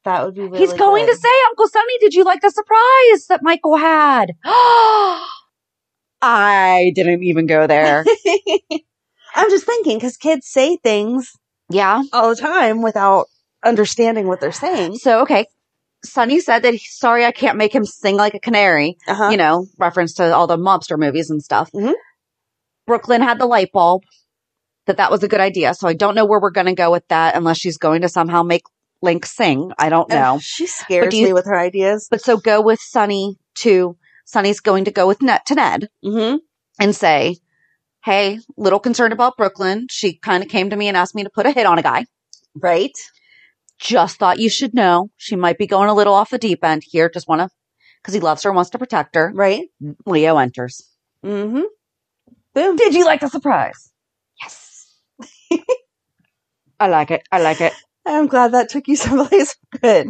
S2: that would be really
S3: He's going
S2: good.
S3: to say, Uncle Sonny, did you like the surprise that Michael had? I didn't even go there.
S2: I'm just thinking because kids say things
S3: yeah.
S2: all the time without understanding what they're saying.
S3: So, okay. Sonny said that he's sorry I can't make him sing like a canary,
S2: Uh-huh.
S3: you know, reference to all the mobster movies and stuff.
S2: Mhm.
S3: Brooklyn had the light bulb that that was a good idea. So I don't know where we're going to go with that unless she's going to somehow make Link sing. I don't know.
S2: Ugh, she scares
S3: do you-
S2: me with her ideas.
S3: But so go with Sonny to Sonny's going to go with Ned to Ned
S2: Mm-hmm.
S3: and say, Hey, little concerned about Brooklyn. She kind of came to me and asked me to put a hit on a guy.
S2: Right?
S3: Just thought you should know she might be going a little off the deep end here. Just want to, because he loves her, wants to protect her.
S2: Right?
S3: Leo enters.
S2: Mm-hmm. Boom.
S3: Did you like the surprise? Yes. I like it. I like it.
S2: I'm glad that took you someplace good.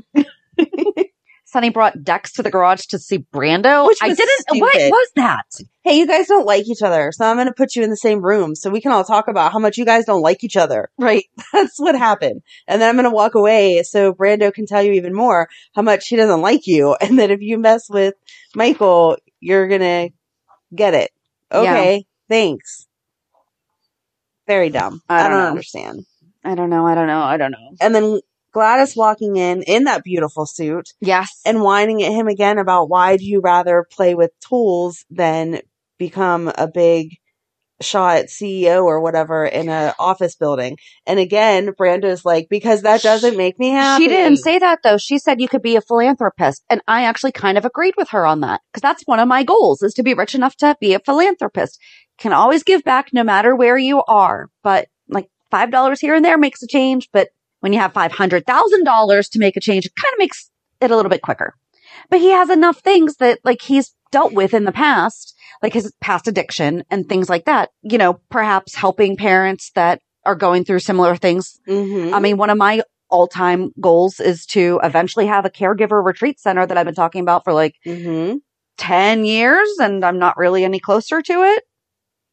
S3: Sonny brought Dex to the garage to see Brando.
S2: Which
S3: I
S2: was
S3: didn't. What
S2: stupid.
S3: was that?
S2: Hey, you guys don't like each other, so I'm going to put you in the same room so we can all talk about how much you guys don't like each other.
S3: Right.
S2: That's what happened. And then I'm going to walk away so Brando can tell you even more how much he doesn't like you. And that if you mess with Michael, you're going to get it.
S3: Yeah.
S2: Okay. Thanks. Very dumb. I don't,
S3: don't know.
S2: understand.
S3: I don't know. I don't know. I don't know.
S2: And then Gladys walking in in that beautiful suit
S3: Yes.
S2: and whining at him again about why do you rather play with tools than become a big shot CEO or whatever in an office building. And again, Brando's like, because that doesn't make me happy.
S3: She didn't say that though. She said you could be a philanthropist. And I actually kind of agreed with her on that because that's one of my goals is to be rich enough to be a philanthropist. Can always give back no matter where you are, but like $5 here and there makes a change. But when you have $500,000 to make a change, it kind of makes it a little bit quicker. But he has enough things that like he's dealt with in the past, like his past addiction and things like that, you know, perhaps helping parents that are going through similar things
S2: hmm
S3: I mean, one of my all time goals is to eventually have a caregiver retreat center that I've been talking about for like
S2: hmm
S3: 10 years and I'm not really any closer to it.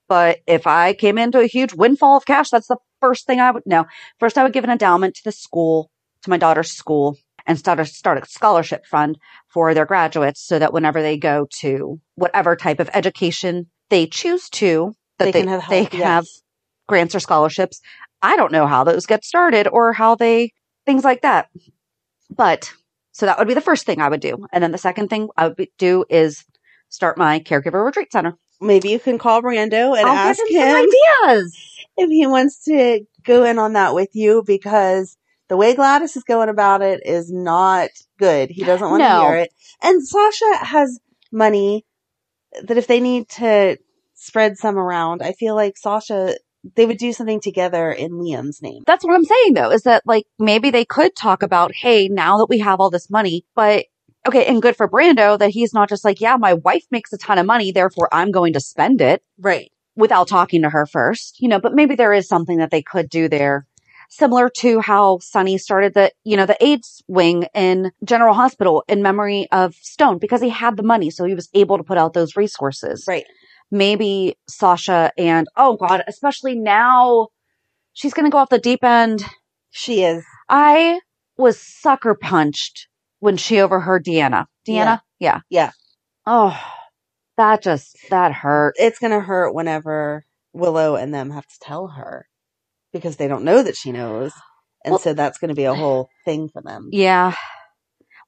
S3: But if I came into a huge windfall of cash, that's the first thing I would no. First, I would give an endowment to the school, to my daughter's school and start a, start a scholarship fund for their graduates so that whenever they go to whatever type of education they choose to, that
S2: They
S3: they,
S2: can have
S3: they
S2: help,
S3: can
S2: yes.
S3: have grants or scholarships. I don't know how those get started or how they, things like that. But
S1: So that would be the first thing I would do. And then the second thing I would be, do is start my caregiver retreat center.
S2: Maybe you can call Brando and
S1: I'll
S2: ask
S1: give him
S2: him
S1: some ideas.
S2: if he wants to go in on that with you because the way Gladys is going about it is not good. He doesn't want
S1: No.
S2: to hear it. And Sasha has money that if they need to spread some around, I feel like Sasha, they would do something together in Liam's name.
S1: That's what I'm saying though, is that like maybe they could talk about, hey, now that we have all this money, but okay, and good for Brando that he's not just like, yeah, my wife makes a ton of money, therefore I'm going to spend it
S2: Right.
S1: without talking to her first, you know, but maybe there is something that they could do there. Similar to how Sonny started the, you know, the AIDS wing in General Hospital in memory of Stone because he had the money. So he was able to put out those resources
S2: Right.
S1: maybe Sasha and oh god, especially now she's going to go off the deep end.
S2: She is.
S1: I was sucker punched when she overheard Deanna. Deanna? Yeah.
S2: Yeah.
S1: Oh, that just that hurt.
S2: It's going to hurt whenever Willow and them have to tell her because they don't know that she knows. And
S1: Well-
S2: so that's going to be a whole thing for them.
S1: Yeah.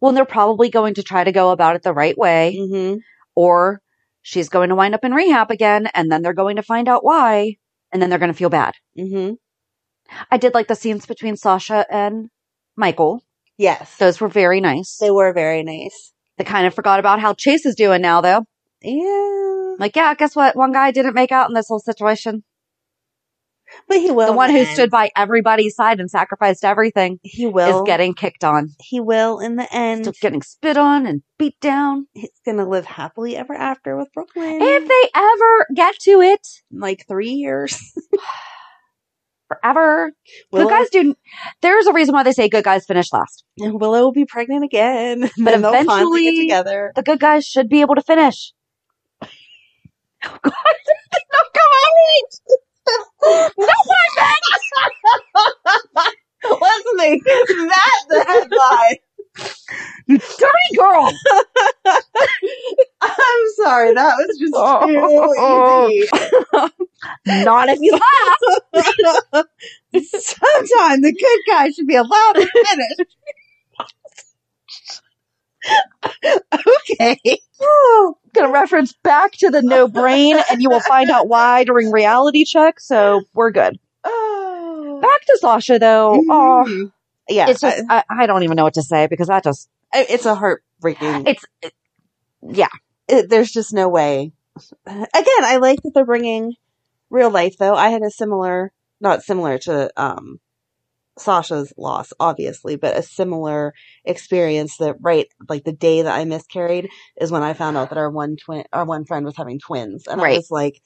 S1: Well, and they're probably going to try to go about it the right way
S2: Mm-hmm.
S1: or she's going to wind up in rehab again and then they're going to find out why and then they're going to feel bad.
S2: Mm-hmm.
S1: I did like the scenes between Sasha and Michael.
S2: Yes.
S1: Those were very nice.
S2: They were very nice.
S1: They kind of forgot about how Chase is doing now, though.
S2: Yeah.
S1: Like, yeah, guess what? One guy didn't make out in this whole situation.
S2: But he will.
S1: the one who
S2: in the
S1: stood
S2: end.
S1: by everybody's side and sacrificed everything
S2: He will.
S1: is getting kicked on,
S2: he will in the end.
S1: still getting spit on and beat down.
S2: He's going to live happily ever after with Brooklyn.
S1: If they ever get to it,
S2: in like three years.
S1: forever.
S2: Willow,
S1: Good guys do. There's a reason why they say good guys finish last.
S2: and Willow will be pregnant again. But
S1: But
S2: then they'll finally get
S1: eventually-
S2: together.
S1: The good guys should be able to finish. Oh, God. No comment. No comment.
S2: Wasn't that the headline?
S1: You dirty girl.
S2: I'm sorry, that was just too
S1: Not if you laugh.
S2: easy. Sometimes the good guy should be allowed to finish. okay. Oh.
S1: going to reference back to the no brain, and you will find out why during reality check. So we're good.
S2: Oh.
S1: Back to Sasha, though. Oh,
S2: Mhm. yeah,
S1: it's just I, I don't even know what to say because that just
S2: I- it's a heartbreaking.
S1: it's yeah.
S2: it, there's just no way. Again, I like that they're bringing real life though. I had a similar, not similar to um, Sasha's loss, obviously, but a similar experience that right, like the day that I miscarried is when I found out that our one twin, our one friend was having twins, and
S1: Right.
S2: I was like,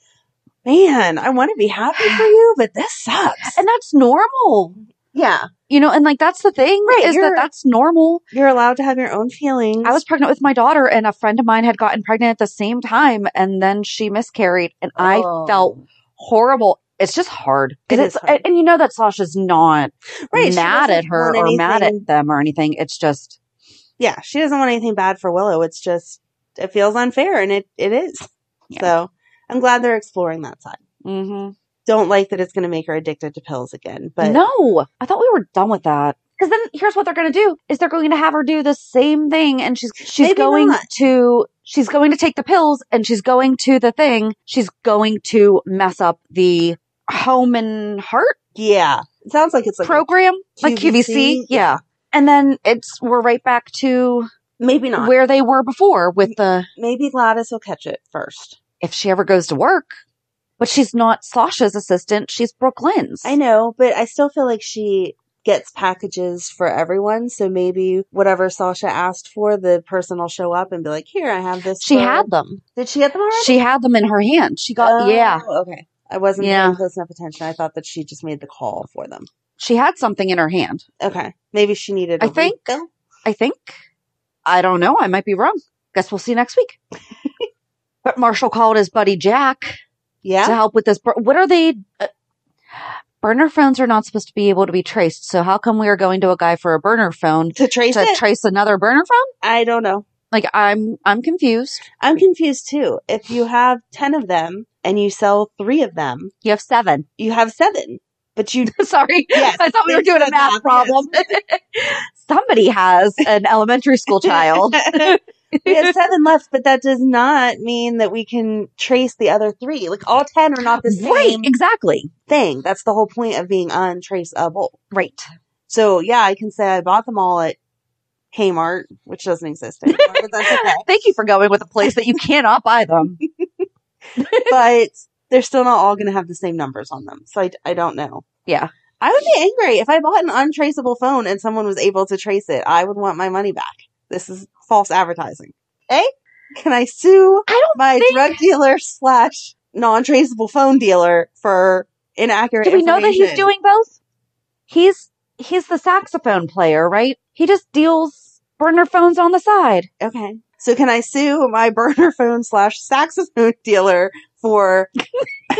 S2: man, I want to be happy for you, but this sucks.
S1: And that's normal,
S2: yeah,
S1: you know. And like that's the thing
S2: Right,
S1: is that
S2: you're-
S1: that's normal.
S2: you're allowed to have your own feelings.
S1: I was pregnant with my daughter, and a friend of mine had gotten pregnant at the same time, and then she miscarried, and I
S2: Oh.
S1: felt horrible. It's just hard.
S2: It
S1: And
S2: is
S1: it's-
S2: hard.
S1: and you know that Sasha's not
S2: Right, she
S1: mad at
S2: doesn't
S1: her
S2: want
S1: or mad at
S2: anything-
S1: them or anything. It's just
S2: yeah, she doesn't want anything bad for Willow. It's just it feels unfair, and it it is.
S1: Yeah.
S2: So I'm glad they're exploring that side.
S1: mm-hmm.
S2: Don't like that it's going to make her addicted to pills again, but
S1: no, I thought we were done with that. Because then here's what they're going to do is they're going to have her do the same thing, and she's she's
S2: Maybe
S1: going
S2: not.
S1: to she's going to take the pills, and she's going to the thing. She's going to mess up the home and heart
S2: yeah, it sounds like it's like
S1: program, like QVC,
S2: QVC,
S1: yeah. And then it's we're right back to
S2: maybe not.
S1: where they were before with the
S2: maybe Gladys will catch it first.
S1: if she ever goes to work, but she's not Sasha's assistant; she's Brooklyn's.
S2: I know, but I still feel like she gets packages for everyone. So maybe whatever Sasha asked for, the person will show up and be like, "Here, I have this."
S1: She
S2: for-"
S1: had them.
S2: Did she get them already?
S1: She had them in her hand. She got
S2: Oh,
S1: yeah.
S2: Okay. I wasn't
S1: Yeah.
S2: paying close enough attention. I thought that she just made the call for them.
S1: she had something in her hand.
S2: Okay. Maybe she needed. I
S1: I think-
S2: Refill.
S1: I think. I don't know. I might be wrong. Guess we'll see next week. but Marshall called his buddy Jack
S2: Yeah.
S1: to help with this. Bur- what are they? Uh, burner phones are not supposed to be able to be traced. So how come we are going to a guy for a burner phone
S2: to trace
S1: to
S2: it.
S1: trace another burner phone?
S2: I don't know.
S1: Like I'm, I'm confused.
S2: I'm confused too. If you have 10 of them and you sell three of them,
S1: You have seven.
S2: you have seven, but you
S1: Sorry,
S2: Yes,
S1: I thought we were
S2: thanks
S1: doing
S2: for
S1: a math
S2: that,
S1: problem. somebody has an elementary school child.
S2: we had seven left, but that does not mean that we can trace the other three. Like all ten are not the same
S1: Right, exactly.
S2: thing. That's the whole point of being untraceable.
S1: Right.
S2: So yeah, I can say I bought them all at Kmart, which doesn't exist anymore, but that's okay.
S1: Thank you for going with a place that you cannot buy them.
S2: but they're still not all going to have the same numbers on them. So I, I don't know.
S1: Yeah.
S2: I would be angry if I bought an untraceable phone and someone was able to trace it. I would want my money back. This is false advertising. Eh? Can I sue
S1: I don't
S2: my
S1: think-
S2: drug dealer slash non-traceable phone dealer for inaccurate
S1: Do we know that he's
S2: information?
S1: doing both? He's he's the saxophone player, right? He just deals burner phones on the side.
S2: Okay. So can I sue my burner phone slash saxophone dealer for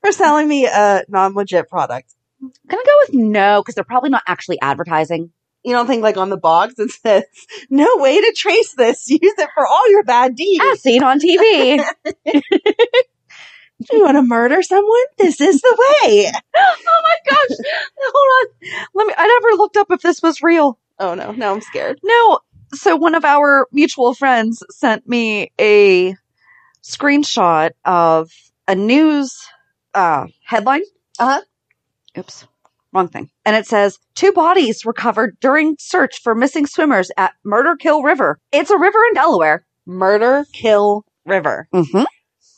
S2: for selling me a non-legit product?
S1: Gonna go with no because they're probably not actually advertising.
S2: You don't think like on the box it says no way to trace this. Use it for all your bad deeds.
S1: As seen on TV.
S2: Do you want to murder someone? This is the way.
S1: oh my gosh! Hold on. Let me. I never looked up if this was real.
S2: Oh no, now I'm scared.
S1: No. So one of our mutual friends sent me a screenshot of a news uh, headline.
S2: Uh-huh.
S1: Oops. Wrong thing. And it says two bodies recovered during search for missing swimmers at Murder Kill River. It's a river in Delaware.
S2: Murder, kill, river.
S1: Mm-hmm.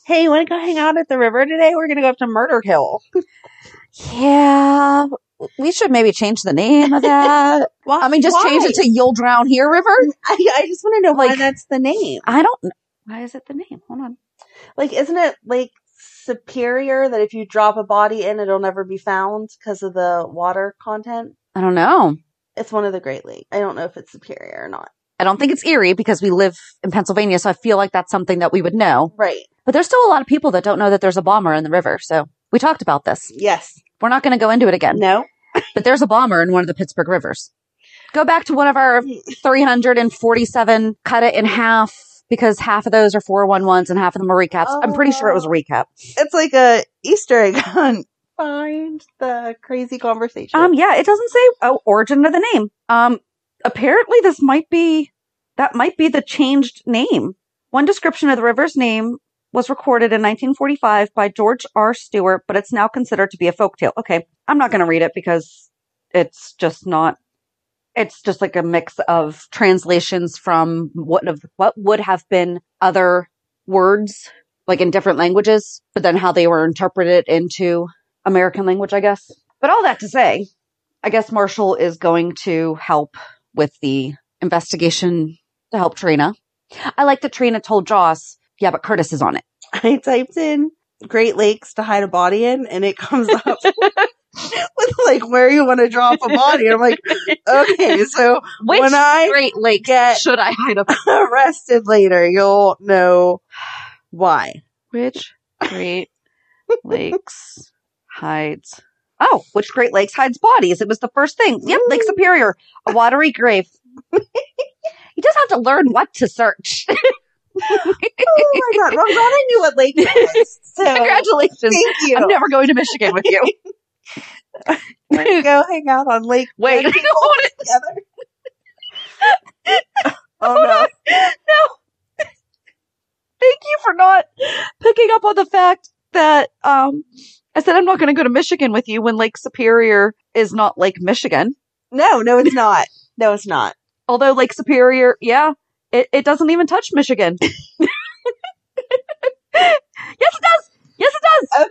S2: Hey, you want to go hang out at the river today? We're going to go up to Murder Hill.
S1: Yeah. We should maybe change the name of that.
S2: Why?
S1: I mean, just change
S2: why?
S1: it to You'll Drown Here River.
S2: I, I just want to know why
S1: Like-
S2: that's the name.
S1: I don't. kn- Why is it the name? Hold on.
S2: Like, isn't it like superior that if you drop a body in, it'll never be found because of the water content?
S1: I don't know.
S2: It's one of the Great Lake. I don't know if it's superior or not.
S1: I don't think it's eerie because we live in Pennsylvania, so I feel like that's something that we would know.
S2: Right.
S1: But there's still a lot of people that don't know that there's a bomber in the river. So we talked about this.
S2: Yes.
S1: We're not going to go into it again,
S2: No.
S1: but there's a bomber in one of the Pittsburgh rivers. Go back to one of our 347, cut it in half because half of those are 411s and half of them are recaps. I'm pretty sure it was a recap.
S2: It's like a Easter egg hunt. Find the crazy conversation.
S1: Um, yeah, it doesn't say oh, origin of the name. Um, apparently this might be that might be the changed name. One description of the river's name was recorded in 1945 by George R. Stewart, but it's now considered to be a folktale. Okay, I'm not going to read it because it's just not. It's just like a mix of translations from what of what would have been other words, like in different languages, but then how they were interpreted into American language, I guess. But all that to say, I guess Marshall is going to help with the investigation to help Trina. I like that Trina told Joss, yeah, but Curtis is on it.
S2: I typed in Great Lakes to hide a body in, and it comes up with like where you want to drop a body. I'm like, okay, so
S1: Which
S2: when I
S1: Great Lake
S2: get-
S1: should I hide up?
S2: arrested later, you'll know why.
S1: Which Great Lakes hides? Oh, which Great Lakes hides bodies? It was the first thing. Yep, Lake Superior, a watery grave. you just have to learn what to search.
S2: Oh my god! Well, I'm glad I knew what lake it was. So
S1: Congratulations.
S2: thank you.
S1: I'm never going to Michigan with you.
S2: We're gonna go hang out on Lake
S1: Wait,
S2: Lake
S1: I wanna-
S2: together. oh no!
S1: no. Thank you for not picking up on the fact that um, I said I'm not going to go to Michigan with you when Lake Superior is not Lake Michigan.
S2: No, no, it's not. No, it's not.
S1: Although Lake Superior, yeah, it, it doesn't even touch Michigan. yes, it does. Yes, it does.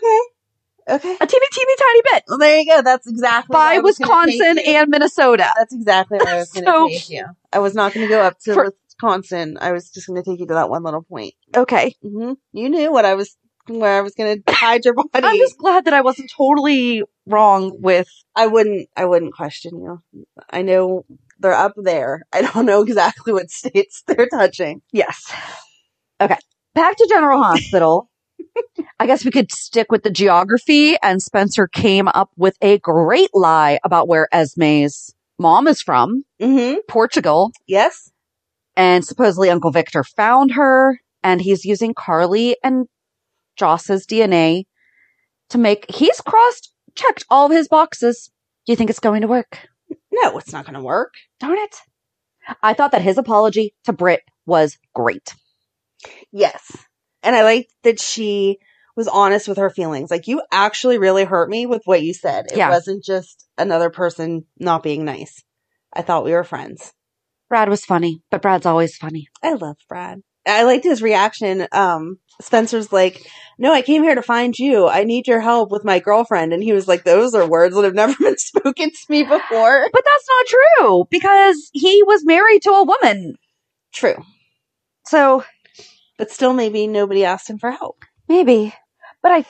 S2: Okay, okay.
S1: A teeny, teeny, tiny bit
S2: Well, there you go. That's exactly where
S1: by
S2: I was gonna
S1: Wisconsin
S2: take you.
S1: and Minnesota.
S2: that's exactly where I was going to
S1: So-
S2: take you. I was not going to go up to
S1: For-
S2: Wisconsin. I was just going to take you to that one little point.
S1: Okay.
S2: hmm You knew what I was, where I was going to hide your body.
S1: I'm just glad that I wasn't totally wrong with
S2: I wouldn't I wouldn't question you. I know they're up there. I don't know exactly what states they're touching.
S1: Yes. Okay. Back to General Hospital. I guess we could stick with the geography. And Spencer came up with a great lie about where Esme's mom is from,
S2: Mm-hmm.
S1: Portugal.
S2: Yes.
S1: And supposedly Uncle Victor found her and he's using Carly and Joss's DNA to make, he's crossed checked all of his boxes. Do you think it's going to work?
S2: No, it's not going to work.
S1: Darn it. I thought that his apology to Britt was great.
S2: Yes. And I liked that she was honest with her feelings. Like, you actually really hurt me with what you said. It
S1: Yeah.
S2: wasn't just another person not being nice. I thought we were friends.
S1: Brad was funny, but Brad's always funny.
S2: I love Brad. I liked his reaction. Um, Spencer's like, No, I came here to find you. I need your help with my girlfriend. And he was like, Those are words that have never been spoken to me before.
S1: But that's not true because he was married to a woman.
S2: True.
S1: So
S2: But still, maybe nobody asked him for help.
S1: maybe. But I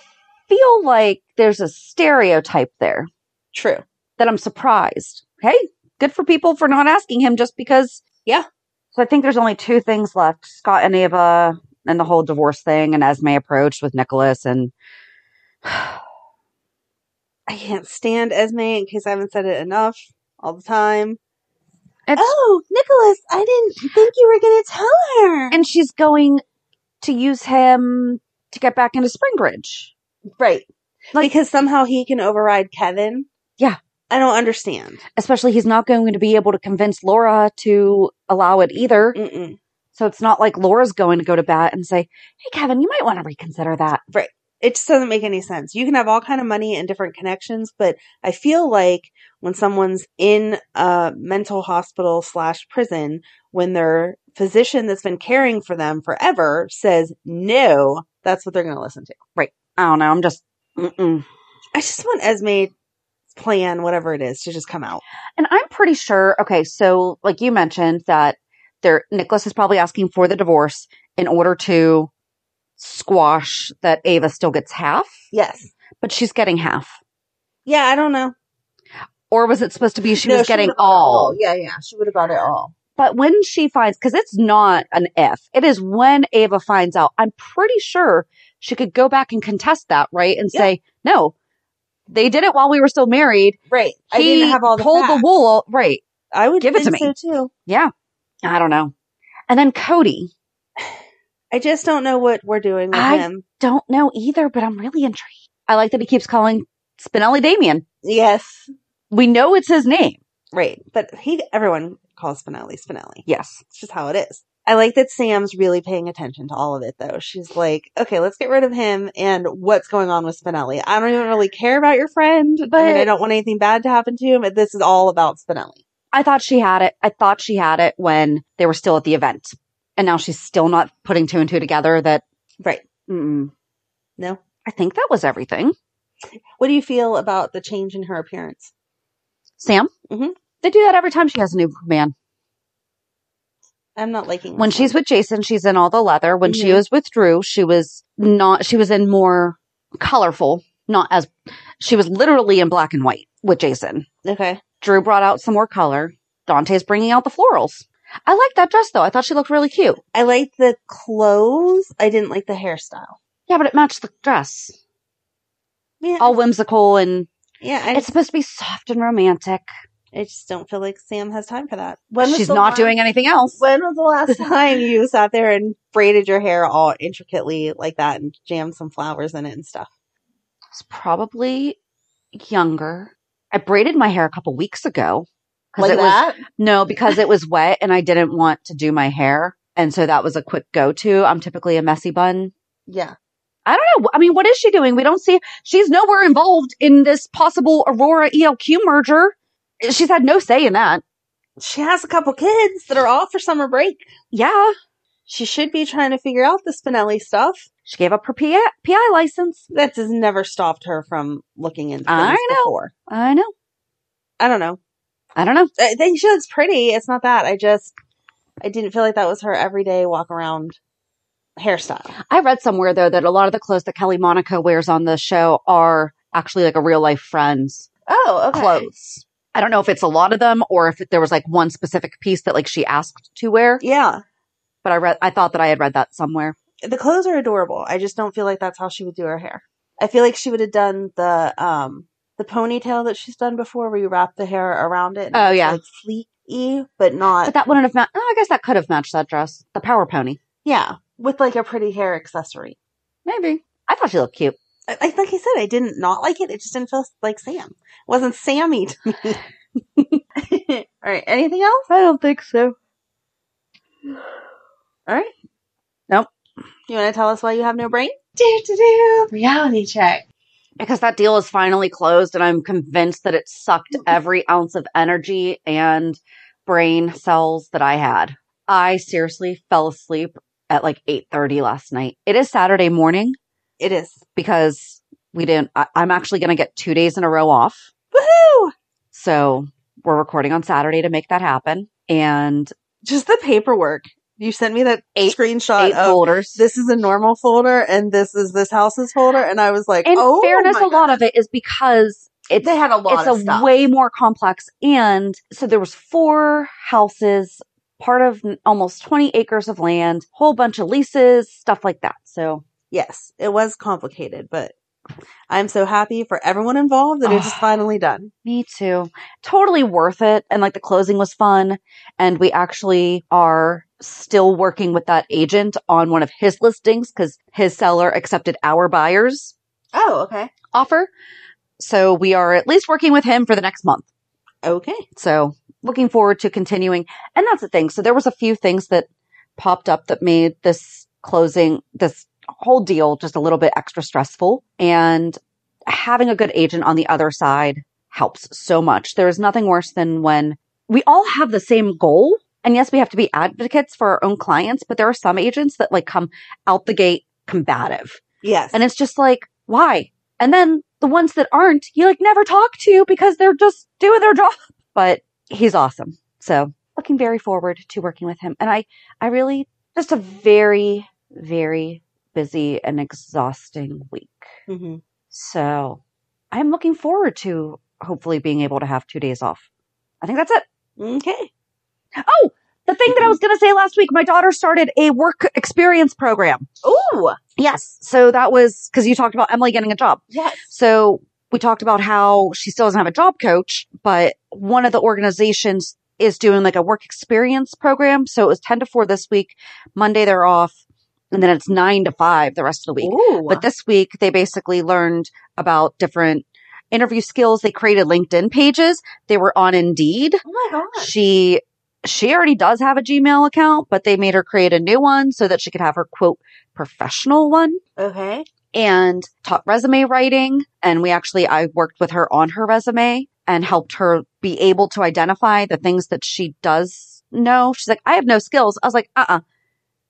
S1: feel like there's a stereotype there
S2: True.
S1: that I'm surprised. Hey, good for people for not asking him just because.
S2: Yeah.
S1: So I think there's only two things left Scott and Ava and the whole divorce thing and Esme approached with Nicholas and
S2: I can't stand Esme in case I haven't said it enough all the time.
S1: it's,
S2: Oh, Nicholas, I didn't think you were going to tell her.
S1: and she's going to use him to get back into Springbridge.
S2: right.
S1: Like-
S2: because somehow he can override Kevin.
S1: Yeah.
S2: I don't understand.
S1: Especially he's not going to be able to convince Laura to allow it either.
S2: Mm-mm.
S1: So it's not like Laura's going to go to bat and say, "Hey, Kevin, you might want to reconsider that."
S2: It just doesn't make any sense. You can have all kind of money and different connections, but I feel like when someone's in a mental hospital slash prison, when their physician that's been caring for them forever says no, that's what they're going to listen to.
S1: I don't know. I'm just, mm-mm.
S2: I just want Esme's plan, whatever it is, to just come out.
S1: and I'm pretty sure. Okay, so like you mentioned that there, Nicholas is probably asking for the divorce in order to squash that Ava still gets half,
S2: Yes.
S1: but she's getting half,
S2: Yeah, I don't know.
S1: or was it supposed to be she
S2: No,
S1: was getting
S2: would've got it
S1: all?
S2: Yeah, yeah. She would have got it all.
S1: But when she finds, because it's not an if, it is when Ava finds out. I'm pretty sure she could go back and contest that, right? And
S2: Yeah.
S1: say, no, they did it while we were still married.
S2: Right.
S1: He
S2: I didn't have all the
S1: pulled the
S2: facts.
S1: wool. Right.
S2: I would
S1: Give it to
S2: think so too.
S1: Yeah. I don't know. And then Cody,
S2: I just don't know what we're doing with
S1: I-
S2: him.
S1: don't know either, but I'm really intrigued. I like that he keeps calling Spinelli Damien.
S2: Yes.
S1: We know it's his name.
S2: Right. But he everyone calls Spinelli Spinelli.
S1: Yes.
S2: It's just how it is. I like that Sam's really paying attention to all of it though. She's like, okay, let's get rid of him and what's going on with Spinelli. I don't even really care about your friend. I
S1: But-
S2: mean, I don't want anything bad to happen to him, but this is all about Spinelli.
S1: I thought she had it. I thought she had it when they were still at the event. And now she's still not putting two and two together that,
S2: Right.
S1: mm
S2: No.
S1: I think that was everything.
S2: What do you feel about the change in her appearance?
S1: Sam?
S2: Mhm.
S1: They do that every time she has a new man.
S2: I'm not liking
S1: When
S2: this
S1: she's
S2: one.
S1: with Jason, she's in all the leather. When she
S2: Mhm.
S1: was with Drew, she was not, she was in more colorful, not as, she was literally in black and white with Jason.
S2: okay.
S1: Drew brought out some more color. Dante's bringing out the florals. I like that dress though. I thought she looked really cute.
S2: I liked the clothes. I didn't like the hairstyle.
S1: Yeah, but it matched the dress.
S2: Yeah,
S1: All whimsical and
S2: Oh, yeah. I
S1: it's
S2: just,
S1: supposed to be soft and romantic.
S2: I just don't feel like Sam has time for that. When was
S1: She's
S2: the
S1: not
S2: last-
S1: doing anything else.
S2: When was the last time you sat there and braided your hair all intricately like that and jammed some flowers in it and stuff?
S1: was probably younger. I braided my hair a couple weeks ago. 'cause
S2: Like
S1: it was-
S2: that?
S1: no, because it was wet and I didn't want to do my hair. And so that was a quick go to. I'm typically a messy bun.
S2: yeah.
S1: I don't know. I mean, what is she doing? We don't see. She's nowhere involved in this possible Aurora ELQ merger. She's had no say in that.
S2: She has a couple kids that are off for summer break.
S1: Yeah.
S2: She should be trying to figure out the Spinelli stuff.
S1: She gave up her PI, PI license.
S2: That has never stopped her from looking into things
S1: I know.
S2: before.
S1: I know.
S2: I don't know.
S1: I don't know.
S2: I think she looks pretty. It's not that. I just I didn't feel like that was her everyday walk around hairstyle.
S1: I read somewhere though that a lot of the clothes that Kelly Monaco wears on the show are actually like a real life friend's
S2: Oh,
S1: clothes. I don't know if it's a lot of them or if there was like one specific piece that like she asked to wear,
S2: Yeah.
S1: but I read I thought that I had read that somewhere.
S2: The clothes are adorable. I just don't feel like that's how she would do her hair. I feel like she would have done the um the ponytail that she's done before where you wrap the hair around it. and
S1: Oh,
S2: it's,
S1: yeah.
S2: Like sleek y, but not
S1: But that wouldn't have matched. Oh, I guess that could have matched that dress. The power pony.
S2: yeah. With like a pretty hair accessory.
S1: Maybe. I thought she looked cute.
S2: I, I like I said, I didn't not like it. It just didn't feel like Sam. It wasn't Sammy to me. All right. Anything else?
S1: I don't think so.
S2: All right. You want to tell us why you have no brain?
S3: Do, do, do. Reality check.
S1: Because that deal is finally closed, and I'm convinced that it sucked
S2: Mm-hmm.
S1: every ounce of energy and brain cells that I had. I seriously fell asleep at like 8.30 last night. It is Saturday morning
S2: It is.
S1: because we didn't, I, I'm actually going to get two days in a row off.
S2: Woohoo!
S1: So we're recording on Saturday to make that happen. And
S2: Just the paperwork. You sent me that
S1: Eight-
S2: screenshot
S1: eight
S2: of
S1: folders.
S2: uh, this is a normal folder and this is this house's folder, and I was like,
S1: In
S2: oh,
S1: fairness,
S2: my
S1: a lot of it is because it's
S2: They had a lot
S1: it's
S2: of
S1: a
S2: stuff.
S1: way more complex and so there was four houses part of n- almost 20 acres of land whole bunch of leases stuff like that so
S2: Yes, it was complicated, but I'm so happy for everyone involved that it's finally done.
S1: me too totally worth it and like the closing was fun and we actually are still working with that agent on one of his listings because his seller accepted our buyers
S2: Oh, okay.
S1: offer so we are at least working with him for the next month
S2: Okay.
S1: So looking forward to continuing. And that's the thing. So there was a few things that popped up that made this closing, this whole deal just a little bit extra stressful and having a good agent on the other side helps so much. There is nothing worse than when we all have the same goal. And yes, we have to be advocates for our own clients, but there are some agents that like come out the gate combative.
S2: Yes.
S1: And it's just like, why? And then the ones that aren't, you like never talk to because they're just doing their job. But he's awesome. So looking very forward to working with him. And I, I really just a very, very busy and exhausting week.
S2: Mhm.
S1: So I'm looking forward to hopefully being able to have two days off. I think that's it.
S2: Okay.
S1: Oh, the thing that I was going to say last week, my daughter started a work experience program.
S2: Ooh.
S1: Yes. So that was because you talked about Emily getting a job.
S2: Yes.
S1: So we talked about how she still doesn't have a job coach, but one of the organizations is doing like a work experience program. So it was 10 to 4 this week. Monday they're off and then it's 9 to 5 the rest of the week.
S2: Ooh.
S1: But this week they basically learned about different interview skills. They created LinkedIn pages. They were on Indeed.
S2: oh my gosh.
S1: She she already does have a Gmail account, but they made her create a new one so that she could have her quote professional one
S2: Okay.
S1: and taught resume writing. And we actually, I worked with her on her resume and helped her be able to identify the things that she does know. She's like, I have no skills. I was like, uh uh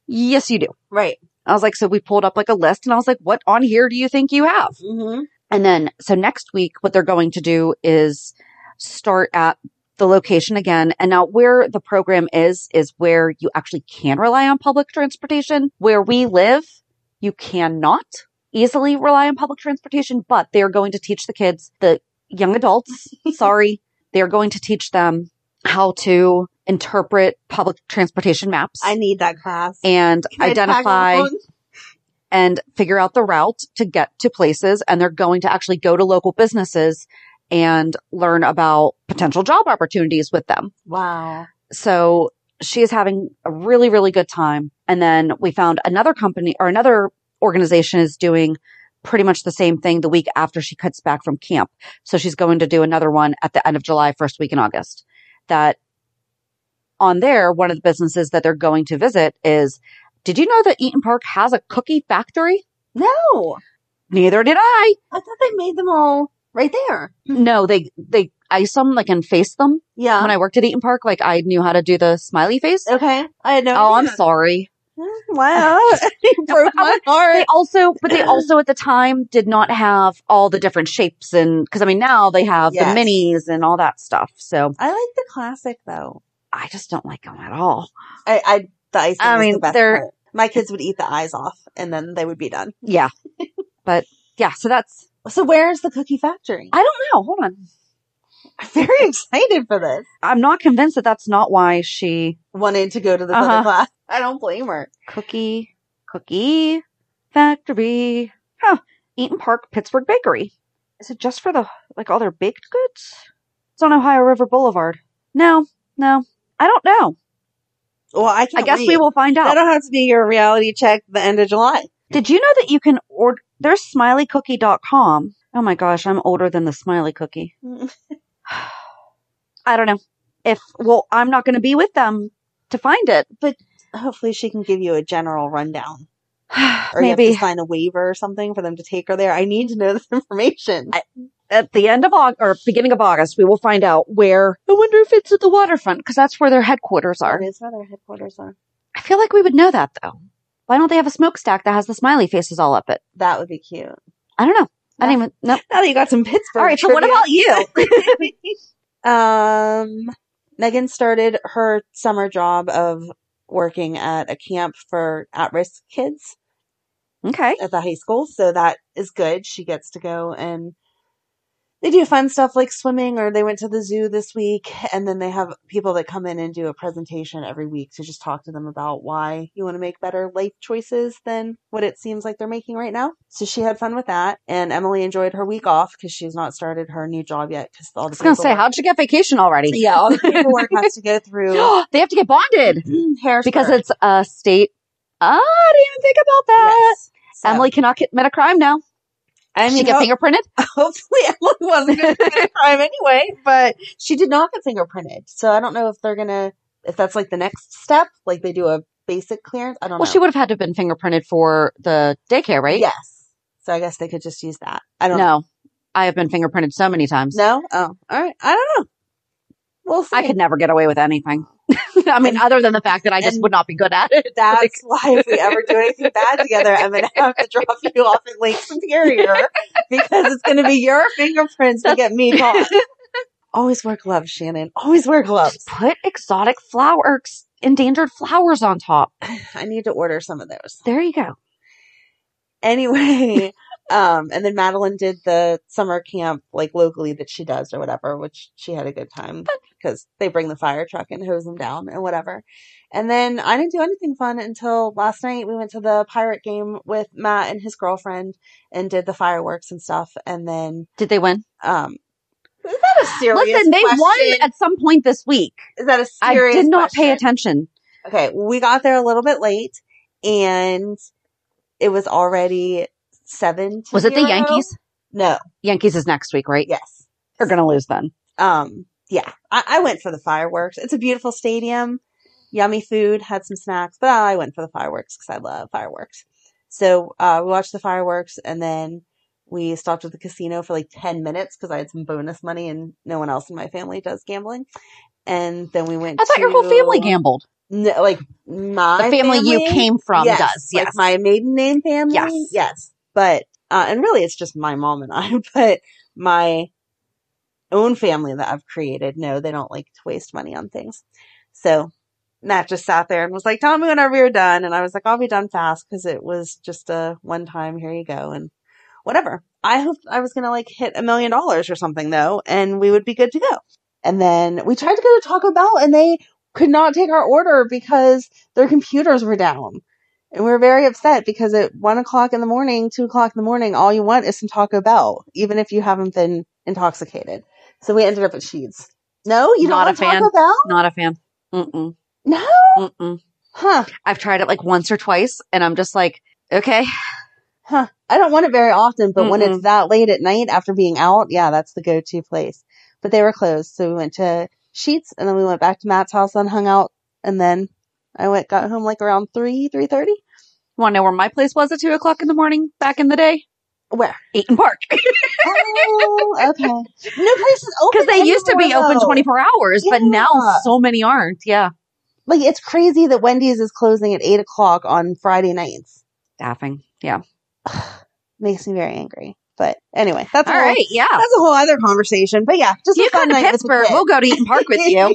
S1: Yes, you do.
S2: Right.
S1: I was like, so we pulled up like a list and I was like, what on here do you think you have?
S2: Mm-hmm.
S1: And then, so next week, what they're going to do is start at the location again. And now where the program is, is where you actually can rely on public transportation. Where we live, you cannot easily rely on public transportation, but they are going to teach the kids, the young adults, sorry, they are going to teach them how to interpret public transportation maps
S2: I need that class.
S1: and
S2: Can I tag
S1: identify
S2: along?
S1: and figure out the route to get to places. And they're going to actually go to local businesses and learn about potential job opportunities with them.
S2: Wow.
S1: So she is having a really, really good time. And then we found another company or another organization is doing pretty much the same thing the week after she cuts back from camp. So she's going to do another one at the end of July, first week in August. That on there, one of the businesses that they're going to visit is, did you know that Eaton Park has a cookie factory?
S2: No.
S1: Neither did I.
S2: I thought they made them all right there.
S1: No, they they ice them like and face them.
S2: Yeah.
S1: When I worked at Eaton Park, like I knew how to do the smiley face.
S2: okay. I had no
S1: Oh, I'm
S2: idea.
S1: sorry.
S2: Wow. you broke
S1: I
S2: my
S1: would-
S2: heart.
S1: They also, but they also at the time did not have all the different shapes and because I mean now they have
S2: Yes.
S1: the minis and all that stuff. So
S2: I like the classic though.
S1: I just don't like them at all.
S2: I, I the icing
S1: I
S2: I mean,
S1: mean,
S2: the best
S1: they're-
S2: part. My kids would eat the eyes off and then they would be done.
S1: Yeah, but yeah. So that's
S2: So where is the cookie factory?
S1: I don't know. Hold on,
S2: I'm very excited for this.
S1: I'm not convinced that that's not why she
S2: Wanted to go to this
S1: Uh-huh.
S2: other class. I don't blame her.
S1: cookie cookie factory. Huh. Eaton Park Pittsburgh Bakery. Is it just for the like all their baked goods? It's on Ohio River Boulevard. No, no. I don't know.
S2: Well, I can't.
S1: I guess
S2: wait.
S1: we will find out.
S2: That'll have to be your reality check the end of July.
S1: Did you know that you can order? There's
S2: Mm.
S1: smileycookie.com. Oh my gosh, I'm older than the smiley cookie. I don't know. if, well, I'm not going to be with them to find it.
S2: But hopefully she can give you a general rundown. Or you have
S1: Maybe
S2: to sign a waiver or something for them to take her there. I need to know this information.
S1: I- at the end of August or beginning of August, we will find out where. I wonder if it's at the waterfront because that's where their headquarters are.
S2: That is where their headquarters are.
S1: I feel like we would know that though. Why don't they have a smokestack that has the smiley faces all up it?
S2: That would be cute.
S1: I don't know. I don't even know.
S2: Now that you got some Pittsburgh.
S1: All right, so what
S2: trivia.
S1: about you?
S2: um, Megan started her summer job of working at a camp for at-risk kids
S1: Okay.
S2: at the high school, so that is good. She gets to go and they do fun stuff like swimming, or they went to the zoo this week, and then they have people that come in and do a presentation every week to just talk to them about why you want to make better life choices than what it seems like they're making right now. So she had fun with that, and Emily enjoyed her week off because she's not started her new job yet. Because all
S1: I
S2: the
S1: was going to say,
S2: paperwork-
S1: how'd you get vacation already?
S2: yeah, all the paperwork has to go through
S1: they have to get bonded
S2: Harrisburg.
S1: Mm-hmm. because it's a state. Ah, I didn't even think about that.
S2: Yes. So,
S1: Emily cannot commit a crime now.
S2: I
S1: Does she
S2: mean,
S1: get
S2: ho-
S1: fingerprinted?
S2: hopefully Emily wasn't going to commit a crime anyway, but she did not get fingerprinted. So I don't know if they're going to, if that's like the next step, like they do a basic clearance. I don't
S1: Well,
S2: know.
S1: she would have had to have been fingerprinted for the daycare, right?
S2: Yes. So I guess they could just use that. I don't know.
S1: No, I have been fingerprinted so many times.
S2: No? Oh, all right. I don't know. We'll see.
S1: I could never get away with anything. I mean, other than the fact that I just
S2: and-
S1: would not be good at it.
S2: That's why if we ever do anything bad together, I'm going to have to drop you off at Lake Superior because it's going to be your fingerprints that get me caught. Always wear gloves, Shannon. Always wear gloves.
S1: Just put exotic flowers, endangered flowers on top.
S2: I need to order some of those.
S1: There you go.
S2: Anyway, um, and then Madeline did the summer camp, like locally that she does or whatever, which she had a good time because they bring the fire truck and hose them down and whatever. And then I didn't do anything fun until last night. We went to the pirate game with Matt and his girlfriend and did the fireworks and stuff. And then,
S1: Did they win?
S2: um, is that a serious
S1: Listen, they won
S2: question?
S1: at some point this week.
S2: is that a serious
S1: I did not pay
S2: question?
S1: attention.
S2: Okay, we got there a little bit late, and it was already seven. To
S1: Was it the
S2: zero.
S1: Yankees?
S2: No.
S1: Yankees is next week, right?
S2: Yes.
S1: They're going to lose then.
S2: Um. Yeah. I, I went for the fireworks. It's a beautiful stadium. Yummy food. Had some snacks, but I went for the fireworks because I love fireworks. So uh, we watched the fireworks, and then we stopped at the casino for like ten minutes because I had some bonus money, and no one else in my family does gambling. And then we went.
S1: I thought your whole family
S2: to-
S1: gambled.
S2: no, like my
S1: The family you came from
S2: yes,
S1: does,
S2: like
S1: yes.
S2: my maiden name family,
S1: Yes.
S2: yes. But uh, and really, it's just my mom and I. But my own family that I've created, no, they don't like to waste money on things. So Matt just sat there and was like, "Tell me whenever you're done." And I was like, "I'll be done fast," because it was just a one time. Here you go, and whatever. I hoped I was gonna like hit a million dollars or something though, and we would be good to go. And then we tried to go to Taco Bell, and they could not take our order because their computers were down. And we were very upset because at one o'clock in the morning, two o'clock in the morning, all you want is some Taco Bell, even if you haven't been intoxicated. So we ended up at Sheets. No, you
S1: Not a
S2: don't want
S1: fan.
S2: Taco Bell?
S1: Not a fan. Mm-mm.
S2: No?
S1: Mm-mm.
S2: Huh.
S1: I've tried it like once or twice and I'm just like, okay,
S2: Huh. I don't want it very often, but when it's
S1: Mm-mm.
S2: that late at night after being out, yeah, that's the go to place. But they were closed. So we went to Sheets and then we went back to Matt's house and hung out. And then I went, got home like around three, three thirty.
S1: want to know where my place was at two o'clock in the morning back in the day?
S2: Where?
S1: Eaton Park.
S2: oh, okay. No place is open
S1: Because they used to be
S2: anymore,
S1: open
S2: though.
S1: 24 hours, but now
S2: Yeah.
S1: so many aren't. Yeah.
S2: Like it's crazy that Wendy's is closing at eight o'clock on Friday nights.
S1: Staffing. Yeah.
S2: Makes me very angry. But anyway, that's
S1: All
S2: a whole,
S1: right. Yeah.
S2: that's a whole other conversation. But yeah, just a
S1: you
S2: fun
S1: come to
S2: night with the
S1: Pittsburgh,
S2: kids.
S1: we'll go to Eaton Park with you.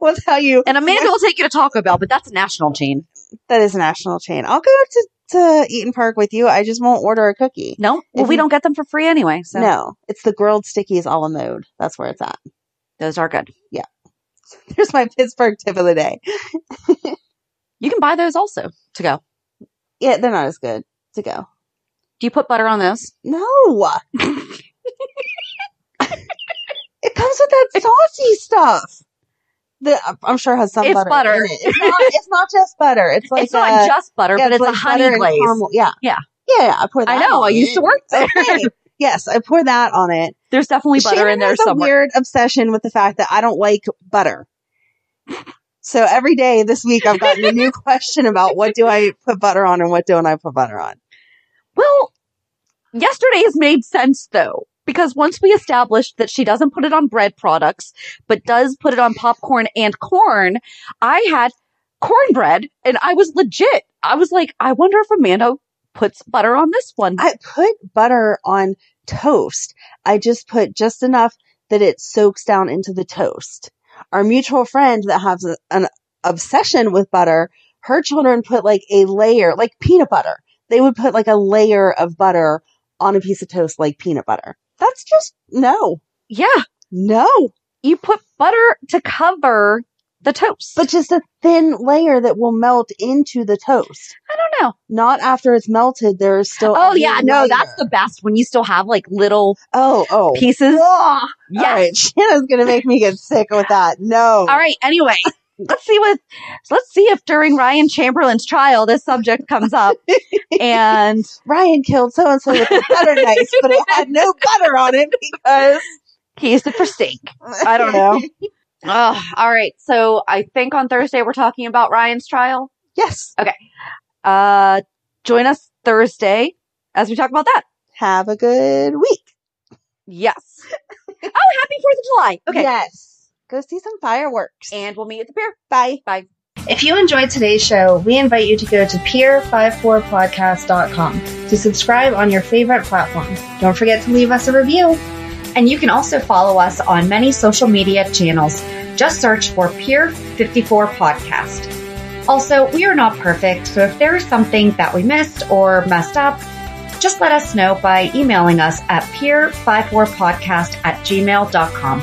S2: we'll tell you
S1: And Amanda will take you to Taco Bell, but that's a national chain.
S2: that is a national chain. I'll go to, to Eaton Park with you. I just won't order a cookie.
S1: No, well,
S2: If
S1: we
S2: you-
S1: don't get them for free anyway. So
S2: Mm-hmm. No, it's the grilled stickies a la mode. That's where it's at.
S1: those are good.
S2: Here's my Pittsburgh tip of the day.
S1: You can buy those also to go.
S2: Yeah, they're not as good to go.
S1: Do you put butter on those?
S2: No. it comes with that saucy stuff. That I'm sure has some
S1: It's
S2: butter,
S1: butter.
S2: in it. It's not, it's not just butter. It's like
S1: it's not
S2: a-
S1: just butter,
S2: uh, yeah,
S1: but it's a
S2: like butter
S1: honey
S2: and
S1: glaze.
S2: caramel. Yeah.
S1: Yeah.
S2: Yeah. I pour that.
S1: I know,
S2: on
S1: I used to
S2: it.
S1: work there.
S2: Okay. Yes, I pour that on it.
S1: There's definitely butter
S2: Shannon
S1: in there
S2: has a
S1: somewhere.
S2: weird obsession with the fact that I don't like butter. So every day this week, I've gotten a new question about what do I put butter on and what don't I put butter on.
S1: Well, yesterday's made sense though, because once we established that she doesn't put it on bread products, but does put it on popcorn and corn, I had cornbread and I was legit. I was like, I wonder if Amanda puts butter on this one.
S2: I put butter on toast. I just put just enough that it soaks down into the toast. Our mutual friend that has a- an obsession with butter, her children put like a layer, like peanut butter. They would put like a layer of butter on a piece of toast, like peanut butter. That's just no,
S1: yeah,
S2: no,
S1: you put butter to cover the toast.
S2: but just a thin layer that will melt into the toast.
S1: I don't know.
S2: Not after it's melted, there is still.
S1: Oh
S2: a
S1: yeah,
S2: layer.
S1: no, that's the best when you still have like little
S2: oh oh
S1: pieces.
S2: Ugh.
S1: Yes.
S2: All right, Shanna's gonna make me get sick with that. No.
S1: All right. Anyway, let's see what let's see if during Ryan Chamberlain's trial this subject comes up. and
S2: Ryan killed so and so with a butter knife, but it had no butter on it because
S1: he used it for steak. I don't know. Oh, all right. So I think on Thursday we're talking about Ryan's trial.
S2: Yes.
S1: Uh, join us Thursday as we talk about that.
S2: Have a good week.
S1: Yes. oh, happy Fourth of July. Okay.
S2: Yes. Go see some fireworks.
S1: And we'll meet you at the pier.
S2: bye.
S1: Bye.
S3: If you enjoyed today's show, we invite you to go to peer54podcast.com to subscribe on your favorite platform. Don't forget to leave us a review. And you can also follow us on many social media channels. Just search for Peer54 Podcast. Also, we are not perfect, so if there is something that we missed or messed up, just let us know by emailing us at peer54podcast at gmail.com.